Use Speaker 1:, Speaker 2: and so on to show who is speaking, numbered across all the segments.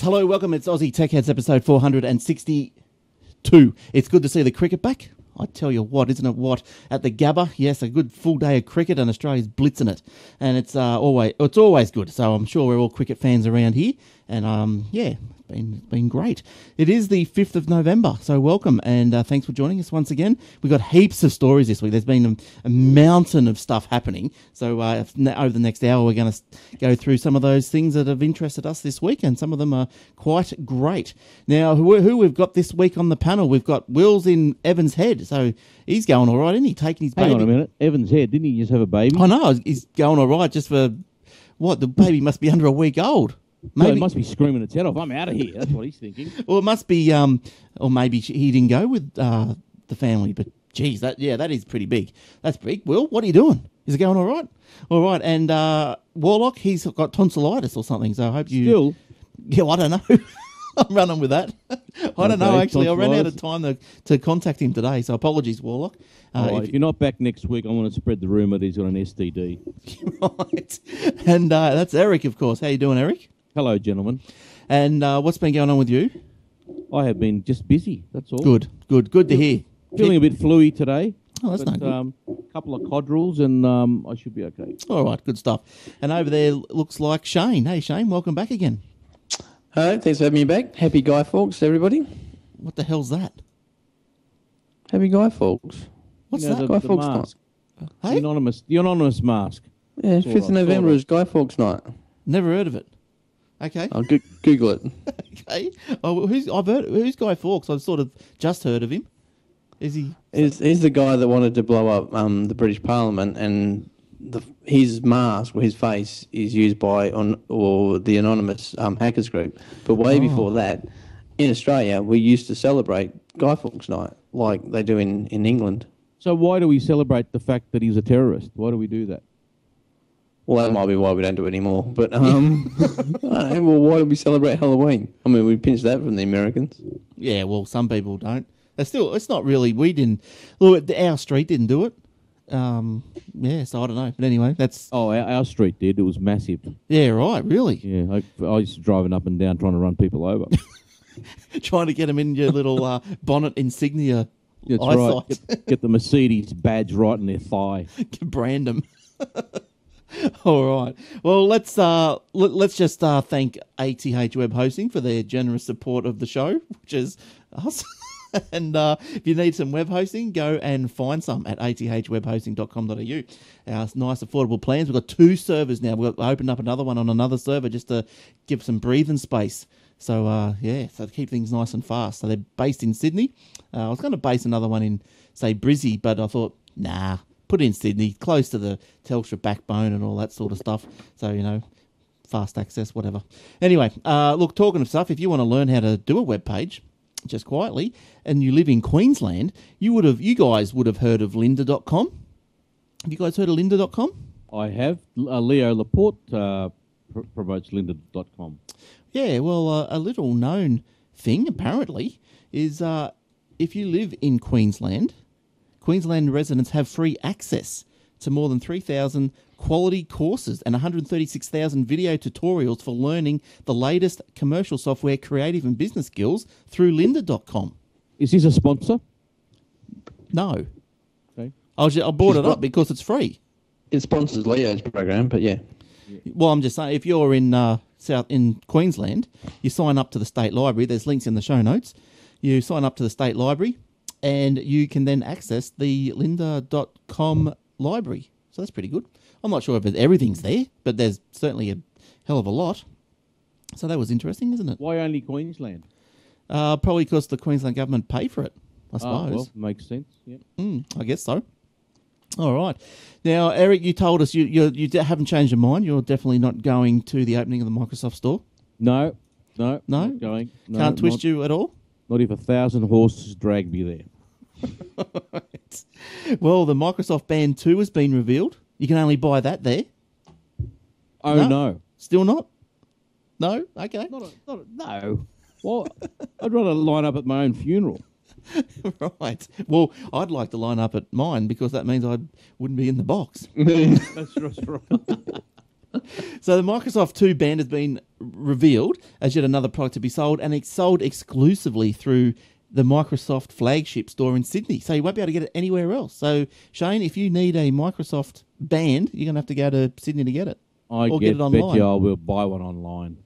Speaker 1: hello, welcome. It's Aussie Tech Heads episode 462. It's good to see the cricket back. I tell you what, isn't it what? At the Gabba, yes, a good full day of cricket and Australia's blitzing it. And it's uh, always it's always good. So I'm sure we're all cricket fans around here. And um, yeah, it's been, it's been great. It is the 5th of November, so welcome and uh, thanks for joining us once again. We've got heaps of stories this week. There's been a, a mountain of stuff happening. So uh, if- ne- over the next hour, we're going to go through some of those things that have interested us this week, and some of them are quite great. Now, who, who we've got this week on the panel? We've got Will's in Evan's head, so he's going all right, isn't he? Taking his
Speaker 2: Hang
Speaker 1: baby.
Speaker 2: on a minute. Evan's head, didn't he just have a baby?
Speaker 1: I know he's going all right just for what the baby must be under a week old.
Speaker 2: No,
Speaker 1: Maybe
Speaker 2: it must be screaming its head off. I'm out of here. That's what he's thinking.
Speaker 1: Well, it must be, um, or maybe she- he didn't go with uh, the family. But geez, that yeah, that is pretty big. That's big. Will, what are you doing? Is it going all right? All right. And uh, Warlock, he's got tonsillitis or something. So I hope you.
Speaker 2: Still,
Speaker 1: Yeah, well, I don't know. I'm running with that. I don't know.
Speaker 2: Okay,
Speaker 1: Actually, I ran out of
Speaker 2: tonsillitis.
Speaker 1: time to, to contact him today. So apologies, Warlock. Uh,
Speaker 2: all right,
Speaker 1: if
Speaker 2: if you're not back next week, I want to spread the rumour that he's got an STD.
Speaker 1: right. And uh, that's Eric, of course. How you doing, Eric?
Speaker 2: Hello, gentlemen.
Speaker 1: And uh, what's been going on with you?
Speaker 2: I have been just busy. That's all.
Speaker 1: Good, good, good to hear.
Speaker 2: Feeling a bit fluey today.
Speaker 1: Oh, that's
Speaker 2: but,
Speaker 1: not good.
Speaker 2: um, a couple of codrils and um, I should be okay.
Speaker 1: All right, good stuff. And over there looks like Shane. Hey, Shane, welcome back again.
Speaker 3: Hello, thanks for having me back. Happy Guy Fawkes, everybody.
Speaker 1: What the hell's that?
Speaker 3: Happy Guy Fawkes.
Speaker 1: What's
Speaker 2: You know,
Speaker 1: that?
Speaker 3: Guy
Speaker 2: The, the
Speaker 3: Fawkes
Speaker 2: mask.
Speaker 1: hey,
Speaker 2: The anonymous, the anonymous mask.
Speaker 3: Yeah,
Speaker 2: all
Speaker 3: 5th of
Speaker 2: right,
Speaker 3: November
Speaker 2: all right.
Speaker 3: is Guy Fawkes night.
Speaker 1: never heard of it. Okay,
Speaker 2: Uh,
Speaker 3: I'll go- Google it.
Speaker 1: okay. Oh, well, who's I've heard who's Guy Fawkes? I've sort of just heard of him. Is he?
Speaker 3: He's, he's the guy that wanted to blow up um, the British Parliament, and the, his mask or his face is used by on or the anonymous um, hackers group. But way
Speaker 2: Oh.
Speaker 3: before that, in Australia, we used to celebrate Guy Fawkes night like they do in, in England.
Speaker 2: So why do we celebrate the fact that he's a terrorist? Why do we do that?
Speaker 3: Well, that might be why we don't do it anymore. But um, I don't know, well, why do we celebrate Halloween? I mean, we pinched that from the Americans.
Speaker 1: Yeah, well, some people don't. It's still, it's not really. We didn't. Look, our street didn't do it. Um, yeah, so I don't know. But anyway, that's
Speaker 2: Oh, our, our street did. It was massive.
Speaker 1: yeah, right. Really,
Speaker 2: Yeah, I, I used to driving up and down trying to run people over.
Speaker 1: trying to get him in your little uh, bonnet insignia
Speaker 2: That's right.
Speaker 1: eyesight.
Speaker 2: Get, get the Mercedes badge right in their thigh.
Speaker 1: brand them. All right. Well, let's uh, let, let's just uh, thank ATH Web Hosting for their generous support of the show, which is us. and uh, if you need some web hosting, go and find some at athwebhosting.com.au. Our nice affordable plans. We've got two servers now. We've opened up another one on another server just to give some breathing space. So uh, yeah, so to keep things nice and fast. So they're based in Sydney. Uh, I was going to base another one in say Brizzy, but I thought nah, put it in Sydney, close to the Telstra backbone and all that sort of stuff. So you know, fast access, whatever. Anyway, uh, look, talking of stuff, if you want to learn how to do a web page, just quietly, and you live in Queensland, you would have, you guys would have heard of Lynda.com. Have you guys heard of Lynda.com?
Speaker 2: I have. Uh, Leo Laporte uh, pr- promotes lynda.com.
Speaker 1: Yeah, well, uh, a little known thing apparently is uh, if you live in Queensland, Queensland residents have free access to more than 3,000 quality courses and 136,000 video tutorials for learning the latest commercial software, creative, and business skills through lynda.com.
Speaker 2: Is this a sponsor?
Speaker 1: No,
Speaker 2: Okay.
Speaker 1: I, was, I brought
Speaker 3: She's
Speaker 1: it up
Speaker 3: got-
Speaker 1: because it's free.
Speaker 3: It sponsors Leo's program, but yeah.
Speaker 1: Well, I'm just saying, if you're in uh, South in Queensland, you sign up to the state library. There's links in the show notes. You sign up to the state library, and you can then access the Lynda.com library. So that's pretty good. I'm not sure if everything's there, but there's certainly a hell of a lot. So that was interesting, isn't it?
Speaker 2: Why only Queensland?
Speaker 1: Uh, probably because the Queensland government pay for it, I suppose.
Speaker 2: Ah, well, makes sense. Yep.
Speaker 1: Mm, I guess so. All right. Now, Eric, you told us you you, you de- haven't changed your mind. You're definitely not going to the opening of the Microsoft store.
Speaker 2: No, no,
Speaker 1: No?
Speaker 2: not going. No,
Speaker 1: Can't twist
Speaker 2: not,
Speaker 1: you at all.
Speaker 2: Not if a thousand horses drag me there.
Speaker 1: Well, the Microsoft Band 2 has been revealed. You can only buy that there.
Speaker 2: Oh
Speaker 1: No.
Speaker 2: no,
Speaker 1: Still not? No? Okay.
Speaker 2: Not a, not a, no. Well, I'd rather line up at my own funeral.
Speaker 1: right. Well, I'd like to line up at mine because that means I wouldn't be in the box.
Speaker 2: That's, that's right.
Speaker 1: So the Microsoft 2 band has been revealed as yet another product to be sold, and it's sold exclusively through the Microsoft flagship store in Sydney. So you won't be able to get it anywhere else. So Shane, if you need a Microsoft band, you're gonna have to go to Sydney to get it.
Speaker 2: I
Speaker 1: or
Speaker 2: get,
Speaker 1: get it online.
Speaker 2: bet you I will buy one online.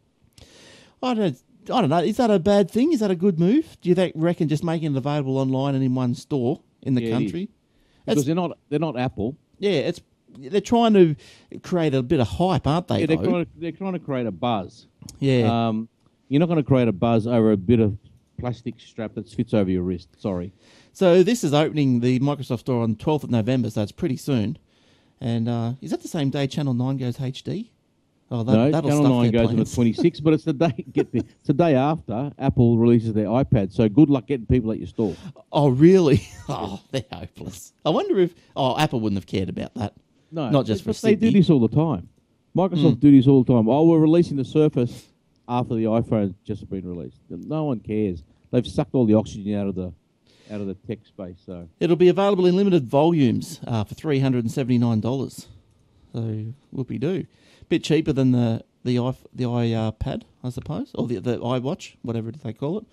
Speaker 1: I don't. I don't know. Is that a bad thing? Is that a good move? Do you think, reckon just making it available online and in one store in the
Speaker 2: Yeah, it is.
Speaker 1: country?
Speaker 2: Because
Speaker 1: That's-
Speaker 2: they're not they're not Apple.
Speaker 1: Yeah, it's they're trying to create a bit of hype, aren't they?
Speaker 2: Yeah, they're,
Speaker 1: though?
Speaker 2: trying to, they're trying to create a buzz.
Speaker 1: yeah.
Speaker 2: Um, you're not going to create a buzz over a bit of plastic strap that fits over your wrist. Sorry.
Speaker 1: So this is opening the Microsoft Store on 12th of November, so it's pretty soon. And uh, is that the same day Channel 9 goes HD? Oh, that,
Speaker 2: no,
Speaker 1: that'll
Speaker 2: Channel
Speaker 1: stuff
Speaker 2: 9
Speaker 1: their
Speaker 2: goes on the
Speaker 1: plans.
Speaker 2: 26, but it's the day get the, it's the day after Apple releases their iPad. So good luck getting people at your store.
Speaker 1: Oh, really? Oh, they're hopeless. I wonder if... Oh, Apple wouldn't have cared about that.
Speaker 2: No,
Speaker 1: Not just for
Speaker 2: but they do
Speaker 1: Sydney. Hmm.
Speaker 2: this all the time. Microsoft do this all the time. Oh, we're releasing the Surface after the iPhone's just been released. No one cares. They've sucked all the oxygen out of the out of the tech space. So
Speaker 1: It'll be available in limited volumes uh, for $379. So, whoopee doo. Bit cheaper than the the i the iPad, I suppose, or the the iWatch, whatever they call it.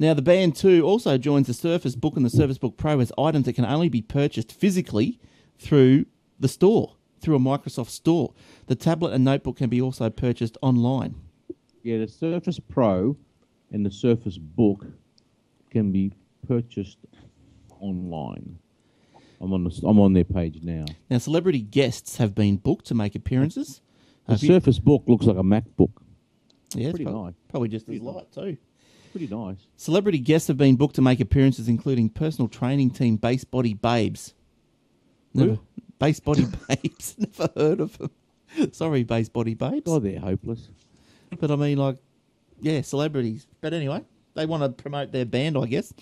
Speaker 1: Now, the Band 2 also joins the Surface Book and the Surface Book Pro as items that can only be purchased physically through the store, through a Microsoft store. The tablet and notebook can be also purchased online.
Speaker 2: yeah, the Surface Pro and the Surface Book can be purchased online. I'm on the, s- I'm on their page now.
Speaker 1: Now, celebrity guests have been booked to make appearances.
Speaker 2: The
Speaker 1: Have you-
Speaker 2: Surface Book looks like a MacBook.
Speaker 1: yeah, it's
Speaker 2: pretty
Speaker 1: prob-
Speaker 2: nice.
Speaker 1: Probably just
Speaker 2: Pretty
Speaker 1: as light,
Speaker 2: nice.
Speaker 1: too.
Speaker 2: Pretty nice.
Speaker 1: Celebrity guests have been booked to make appearances, including personal training team Base Body Babes.
Speaker 2: Who?
Speaker 1: Never, Base Body Babes. Never heard of them. Sorry, Base Body Babes.
Speaker 2: God, Oh, they're hopeless.
Speaker 1: Uh, But I mean, like, yeah, celebrities. But anyway, they want to promote their band, I guess.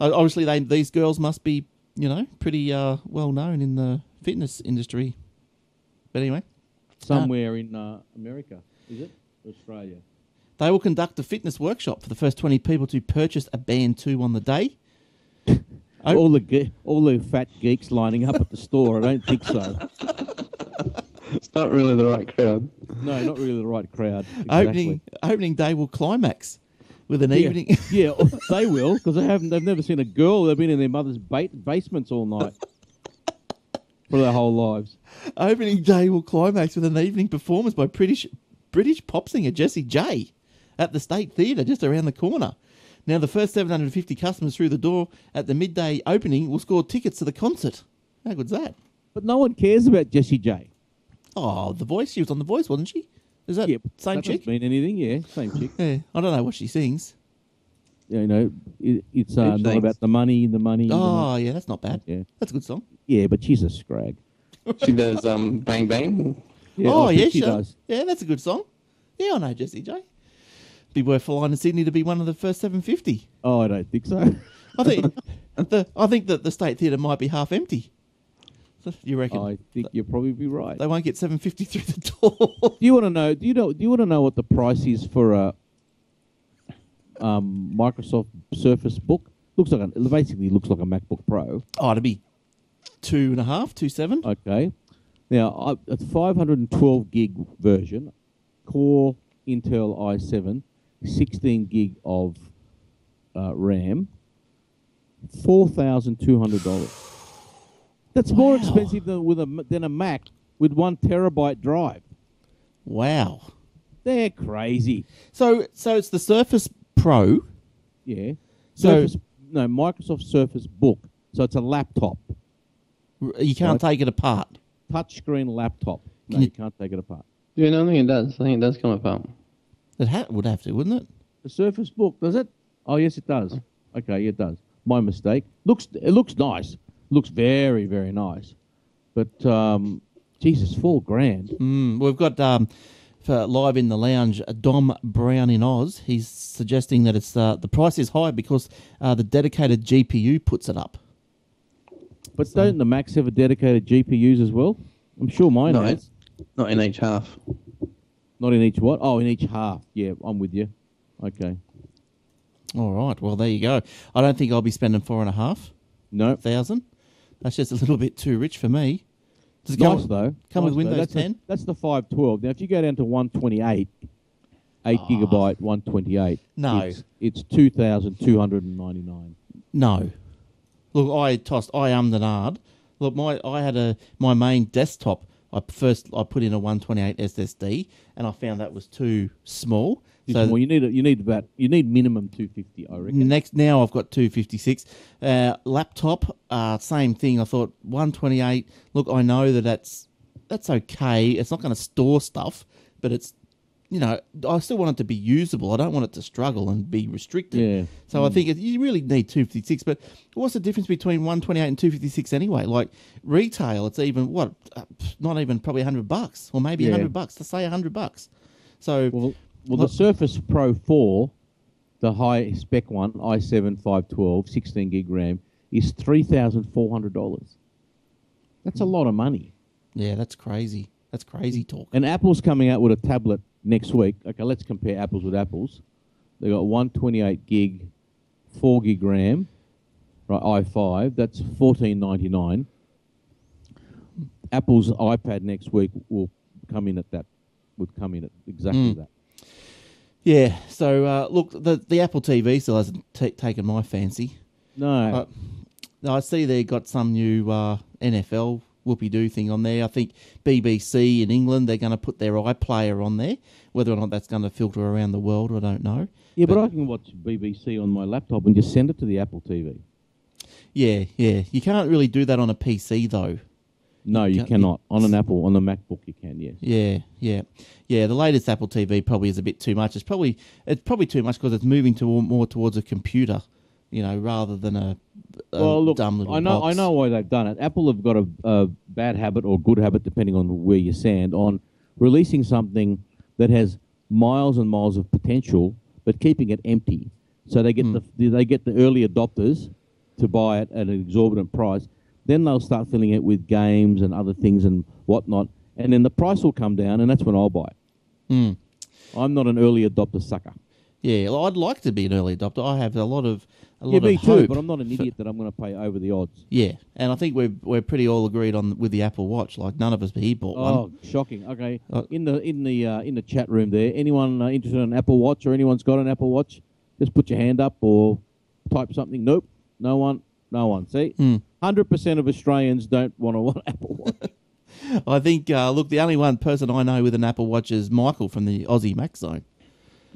Speaker 1: Uh, Obviously, they these girls must be, you know, pretty uh, well known in the fitness industry. But anyway,
Speaker 2: Somewhere in uh, America, is it? Australia.
Speaker 1: They will conduct a fitness workshop for the first 20 people to purchase a band 2 on the day. I-
Speaker 2: all the ge- all the fat geeks lining up at the store. I don't think so.
Speaker 3: It's not really the right crowd.
Speaker 2: No, not really the right crowd.
Speaker 1: Opening
Speaker 2: exactly.
Speaker 1: opening day will climax with an
Speaker 2: Yeah.
Speaker 1: evening
Speaker 2: Yeah, oh, they will because they haven't. They've never seen a girl. They've been in their mother's ba- basements all night for their whole lives.
Speaker 1: opening day will climax with an evening performance by British British pop singer Jessie J at the State Theatre just around the corner. Now the first 750 customers through the door at the midday opening will score tickets to the concert. How good's that?
Speaker 2: But no one cares about Jessie J.
Speaker 1: Oh, the voice she was on the voice, wasn't she? Is that same
Speaker 2: that
Speaker 1: chick?
Speaker 2: doesn't mean anything? Yeah, same chick.
Speaker 1: Yeah, I don't know what she sings.
Speaker 2: You know, it, it's uh,
Speaker 3: Who
Speaker 2: not
Speaker 3: sings?
Speaker 2: about the money. The money. the money.
Speaker 1: Oh, yeah, that's not bad.
Speaker 2: Yeah.
Speaker 1: That's a good song.
Speaker 2: yeah, but she's a scrag.
Speaker 3: She does um, bang bang.
Speaker 1: oh,
Speaker 2: I think
Speaker 1: yeah,
Speaker 2: she
Speaker 1: sure.
Speaker 2: does.
Speaker 1: Yeah, that's a good song. Yeah, I know Jesse J. Be worth flying to Sydney to be one of the first 750.
Speaker 2: Oh, I don't think so.
Speaker 1: I think the I think that the State Theatre might be half empty. So You reckon
Speaker 2: I think you'll probably be right.
Speaker 1: they won't get 750 through the door?
Speaker 2: Do you want to know? Do you know? Do you want to know what the price is for a um, Microsoft Surface Book? Looks like a, it basically looks like a MacBook Pro.
Speaker 1: oh, it'll be two and a half, two seven.
Speaker 2: Okay, now I, it's 512 gig version, Core Intel i7, 16 gig of uh, RAM, four thousand two hundred dollars. That's more
Speaker 1: Wow.
Speaker 2: expensive than with a m- than a Mac with one terabyte drive.
Speaker 1: Wow.
Speaker 2: They're crazy.
Speaker 1: So so it's the Surface Pro.
Speaker 2: Yeah.
Speaker 1: So-
Speaker 2: Surface, no, Microsoft Surface Book. So it's a laptop,
Speaker 1: R- You can't
Speaker 2: Right.
Speaker 1: take it apart.
Speaker 2: touchscreen laptop. No,
Speaker 1: Can you-
Speaker 2: you can't take it apart.
Speaker 3: Yeah, no, I think it does. I think it does come apart.
Speaker 1: It ha- would have to, wouldn't it?
Speaker 2: The Surface Book does it? Oh yes, it does. Okay, yeah, it does. My mistake. Looks it looks nice. Looks very very nice. But um, Jesus, four grand.
Speaker 1: Mm, we've got um, for live in the lounge Dom Brown in Oz. He's suggesting that it's uh, the price is high because uh, the dedicated GPU puts it up.
Speaker 2: But don't the Macs have a dedicated GPUs as well? I'm sure mine
Speaker 3: No,
Speaker 2: has.
Speaker 3: it's not in each half.
Speaker 2: Not in each what? Oh, in each half. Yeah, I'm with you. Okay.
Speaker 1: All right. Well, there you go. I don't think I'll be spending four and a half
Speaker 2: No.
Speaker 1: thousand. That's just a little bit too rich for me. Does it
Speaker 2: Nice
Speaker 1: come,
Speaker 2: though.
Speaker 1: come with
Speaker 2: Nice, though.
Speaker 1: Windows
Speaker 2: that's
Speaker 1: 10?
Speaker 2: The, that's the 512. Now, if you go down to 128, 8
Speaker 1: Ah.
Speaker 2: gigabyte, 128.
Speaker 1: No.
Speaker 2: It's, it's 2,299.
Speaker 1: No. Look, I tossed. I am the nard. Look, my I had a my main desktop. I first I put in a 128 SSD, and I found that was too small.
Speaker 2: So well, you need a, you need about you need minimum 250, I reckon.
Speaker 1: Next, now I've got 256. Uh, laptop, uh, same thing. I thought 128. Look, I know that that's that's okay. It's not going to store stuff, but it's you know I still want it to be usable. I don't want it to struggle and be restricted.
Speaker 2: Yeah.
Speaker 1: So I think it, you really need 256. But what's the difference between 128 and 256 anyway? Like retail, it's even what uh, not even probably 100 bucks or maybe
Speaker 2: Yeah.
Speaker 1: 100 bucks. Let's say 100 bucks. So
Speaker 2: Well, well,
Speaker 1: Look-
Speaker 2: the Surface Pro 4, the high spec one, i7 512, 16 gig RAM, is three thousand four hundred dollars. That's a lot of money.
Speaker 1: yeah, that's crazy. That's crazy talk.
Speaker 2: And Apple's coming out with a tablet next week. Okay, let's compare apples with apples. They got one twenty-eight gig, four gig RAM, right? i5. That's fourteen ninety-nine. Apple's iPad next week will come in at that. Would come in at exactly
Speaker 1: Mm.
Speaker 2: that.
Speaker 1: Yeah. So uh, look, the the Apple TV still hasn't ta taken my fancy.
Speaker 2: No,
Speaker 1: Uh, now, I see they got some new uh, NFL whoopee doo thing on there. I think BBC in England they're going to put their iPlayer on there. Whether or not that's going to filter around the world, I don't know.
Speaker 2: Yeah, but, I can watch BBC on my laptop and just send it to the Apple TV.
Speaker 1: Yeah, yeah. You can't really do that on a PC though.
Speaker 2: No, you,
Speaker 1: can't- you-
Speaker 2: cannot. On an Apple, on the MacBook, you can. Yes.
Speaker 1: Yeah, yeah, yeah. The latest Apple TV probably is a bit too much. It's probably it's probably too much because it's moving to more towards a computer, you know, rather than a, a
Speaker 2: well, look,
Speaker 1: dumb little
Speaker 2: I know,
Speaker 1: box.
Speaker 2: I know why they've done it. Apple have got a, a bad habit or good habit, depending on where you stand, on releasing something that has miles and miles of potential, but keeping it empty. So they get
Speaker 1: Hmm.
Speaker 2: the they get the early adopters to buy it at an exorbitant price. Then they'll start filling it with games and other things and whatnot, and then the price will come down, and that's when I'll buy it.
Speaker 1: Mm.
Speaker 2: I'm not an early adopter sucker.
Speaker 1: Yeah, well, I'd like to be an early adopter. I have a lot of a lot
Speaker 2: Yeah, me
Speaker 1: of hope.
Speaker 2: too, but I'm not an idiot that I'm going to pay over the odds.
Speaker 1: yeah, and I think we're we're pretty all agreed on with the Apple Watch. Like none of us he bought one.
Speaker 2: Oh, shocking! Okay,
Speaker 1: Uh,
Speaker 2: in the in the uh, in the chat room there, anyone uh, interested in an Apple Watch or anyone's got an Apple Watch, just put your hand up or type something. Nope, no one, no one. See,
Speaker 1: Hmm.
Speaker 2: hundred percent of Australians don't want to want Apple Watch. Oh.
Speaker 1: I think uh, look, the only one person I know with an Apple Watch is Michael from the Aussie Mac Zone.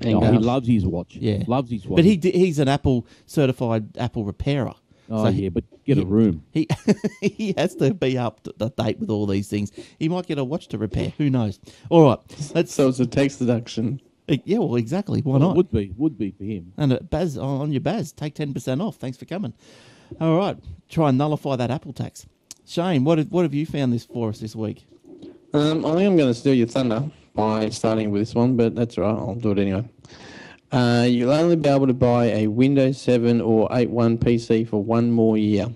Speaker 3: you
Speaker 2: No,
Speaker 3: go.
Speaker 2: Oh, he loves his watch.
Speaker 1: Yeah,
Speaker 2: loves his watch.
Speaker 1: But he d- he's an Apple certified Apple repairer.
Speaker 2: oh
Speaker 1: So
Speaker 2: yeah, but get a room.
Speaker 1: He he has to be up to date with all these things. He might get a watch to repair. Who knows? All right, let's.
Speaker 3: So it's a tax deduction.
Speaker 1: yeah, well, exactly. Why
Speaker 2: Well,
Speaker 1: not?
Speaker 2: it would be would be for him.
Speaker 1: And uh, Baz on your Baz, take ten percent off. Thanks for coming. All right, try and nullify that Apple tax. Shane, what have, what have you found this for us this week?
Speaker 3: Um, I think I'm going to steal your thunder by starting with this one, but that's all right. I'll do it anyway. Uh, you'll only be able to buy a Windows 7 or 8.1 PC for one more year.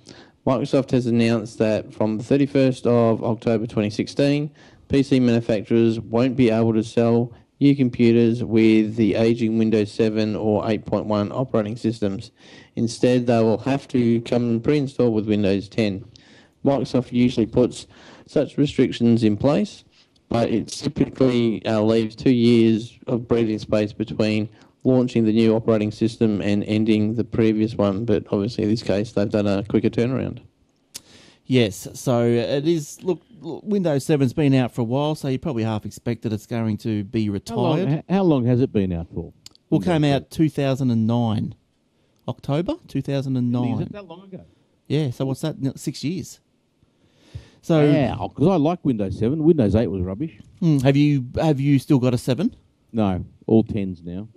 Speaker 3: Microsoft has announced that from the 31st of October 2016, PC manufacturers won't be able to sell new computers with the aging Windows 7 or 8.1 operating systems. Instead, they will have to come pre-installed with Windows 10. Microsoft usually puts such restrictions in place, but it typically uh, leaves two years of breathing space between launching the new operating system and ending the previous one. But obviously, in this case, they've done a quicker turnaround.
Speaker 1: Yes, so it is. Look, look Windows Seven's been out for a while, so you probably half expected it's going to be
Speaker 2: How long,
Speaker 1: retired.
Speaker 2: h- how long has it been out for?
Speaker 1: Well, came out two thousand and nine, October two thousand and
Speaker 2: Is
Speaker 1: nine.
Speaker 2: it that long ago?
Speaker 1: Yeah, so what's that? No, Six years. So
Speaker 2: Yeah, because I like Windows Seven. Windows Eight was rubbish.
Speaker 1: hmm, have you have you still got a seven?
Speaker 2: No, all tens now.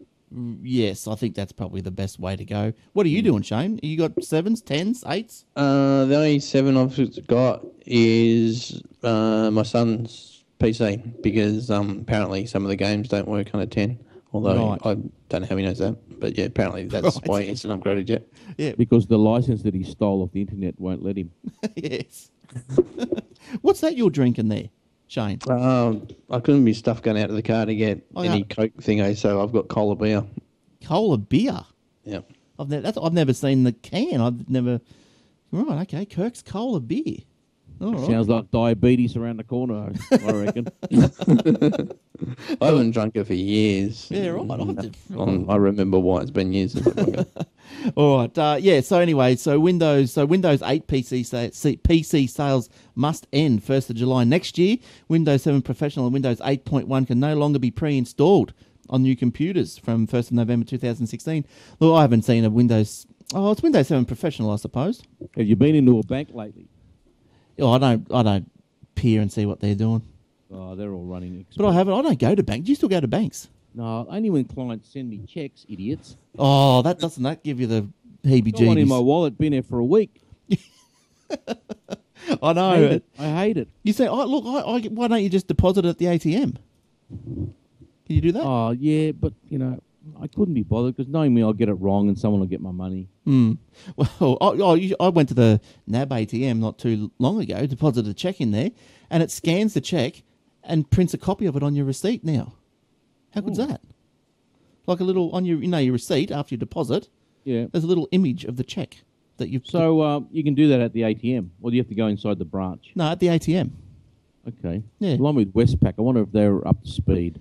Speaker 1: Yes, I think that's probably the best way to go. What are you doing, Shane? You got sevens, tens, eights?
Speaker 3: Uh, the only seven I've got is uh, my son's PC because um, apparently some of the games don't work on a 10. Although
Speaker 1: Right.
Speaker 3: I don't know how he knows that, but yeah, apparently that's
Speaker 1: Right.
Speaker 3: why it's not upgraded yet.
Speaker 1: Yeah,
Speaker 2: because the license that he stole off the internet won't let him.
Speaker 1: yes. What's that you're drinking there, Shane?
Speaker 3: Um, I couldn't be stuff going out to the car to get
Speaker 1: Oh,
Speaker 3: any
Speaker 1: yeah.
Speaker 3: coke thingo, so I've got cola beer.
Speaker 1: Cola beer.
Speaker 3: Yeah.
Speaker 1: I've never that's, I've never seen the can. I've never. Right, okay. Kirk's cola beer. All right.
Speaker 2: Sounds like diabetes around the corner. I- I reckon.
Speaker 3: I haven't drunk it for years.
Speaker 1: Yeah, right, I did-
Speaker 3: Um, I remember why it's been years since I drunk it.
Speaker 1: All right. Uh, yeah. So anyway, so Windows, so Windows 8 PC sa- C- PC sales must end first of July next year. Windows 7 Professional and Windows 8.1 can no longer be pre-installed on new computers from first of November 2016. Look, I haven't seen a Windows. Oh, it's Windows 7 Professional, I suppose.
Speaker 2: Have you been into a bank lately?
Speaker 1: Oh, I don't. I don't peer and see what they're doing.
Speaker 2: Oh, they're all running.
Speaker 1: But I haven't. I don't go to banks. Do you still go to banks?
Speaker 2: No, only when clients send me checks, idiots.
Speaker 1: Oh, that doesn't that give you the
Speaker 2: Got one in my
Speaker 1: heebie-jeebies?
Speaker 2: wallet. Been there for a week.
Speaker 1: I know.
Speaker 2: Hate
Speaker 1: it-
Speaker 2: it. I hate it.
Speaker 1: You say, "Oh, look, I, I, why don't you just deposit it at the ATM?" Can you do that?
Speaker 2: Oh yeah, but you know, I couldn't be bothered because knowing me, I'll get it wrong and someone will get my money.
Speaker 1: Hmm. Well, I, I, you- I went to the NAB ATM not too long ago, deposited a check in there, and it scans the check and prints a copy of it on your receipt now. How good's that? Like a little on your, you know, your receipt after your deposit.
Speaker 2: Yeah.
Speaker 1: There's a little image of the check that you've.
Speaker 2: So uh, you can do that at the ATM, or do you have to go inside the branch?
Speaker 1: no, at the ATM.
Speaker 2: Okay.
Speaker 1: Yeah.
Speaker 2: Along with Westpac, I wonder if they're up to speed.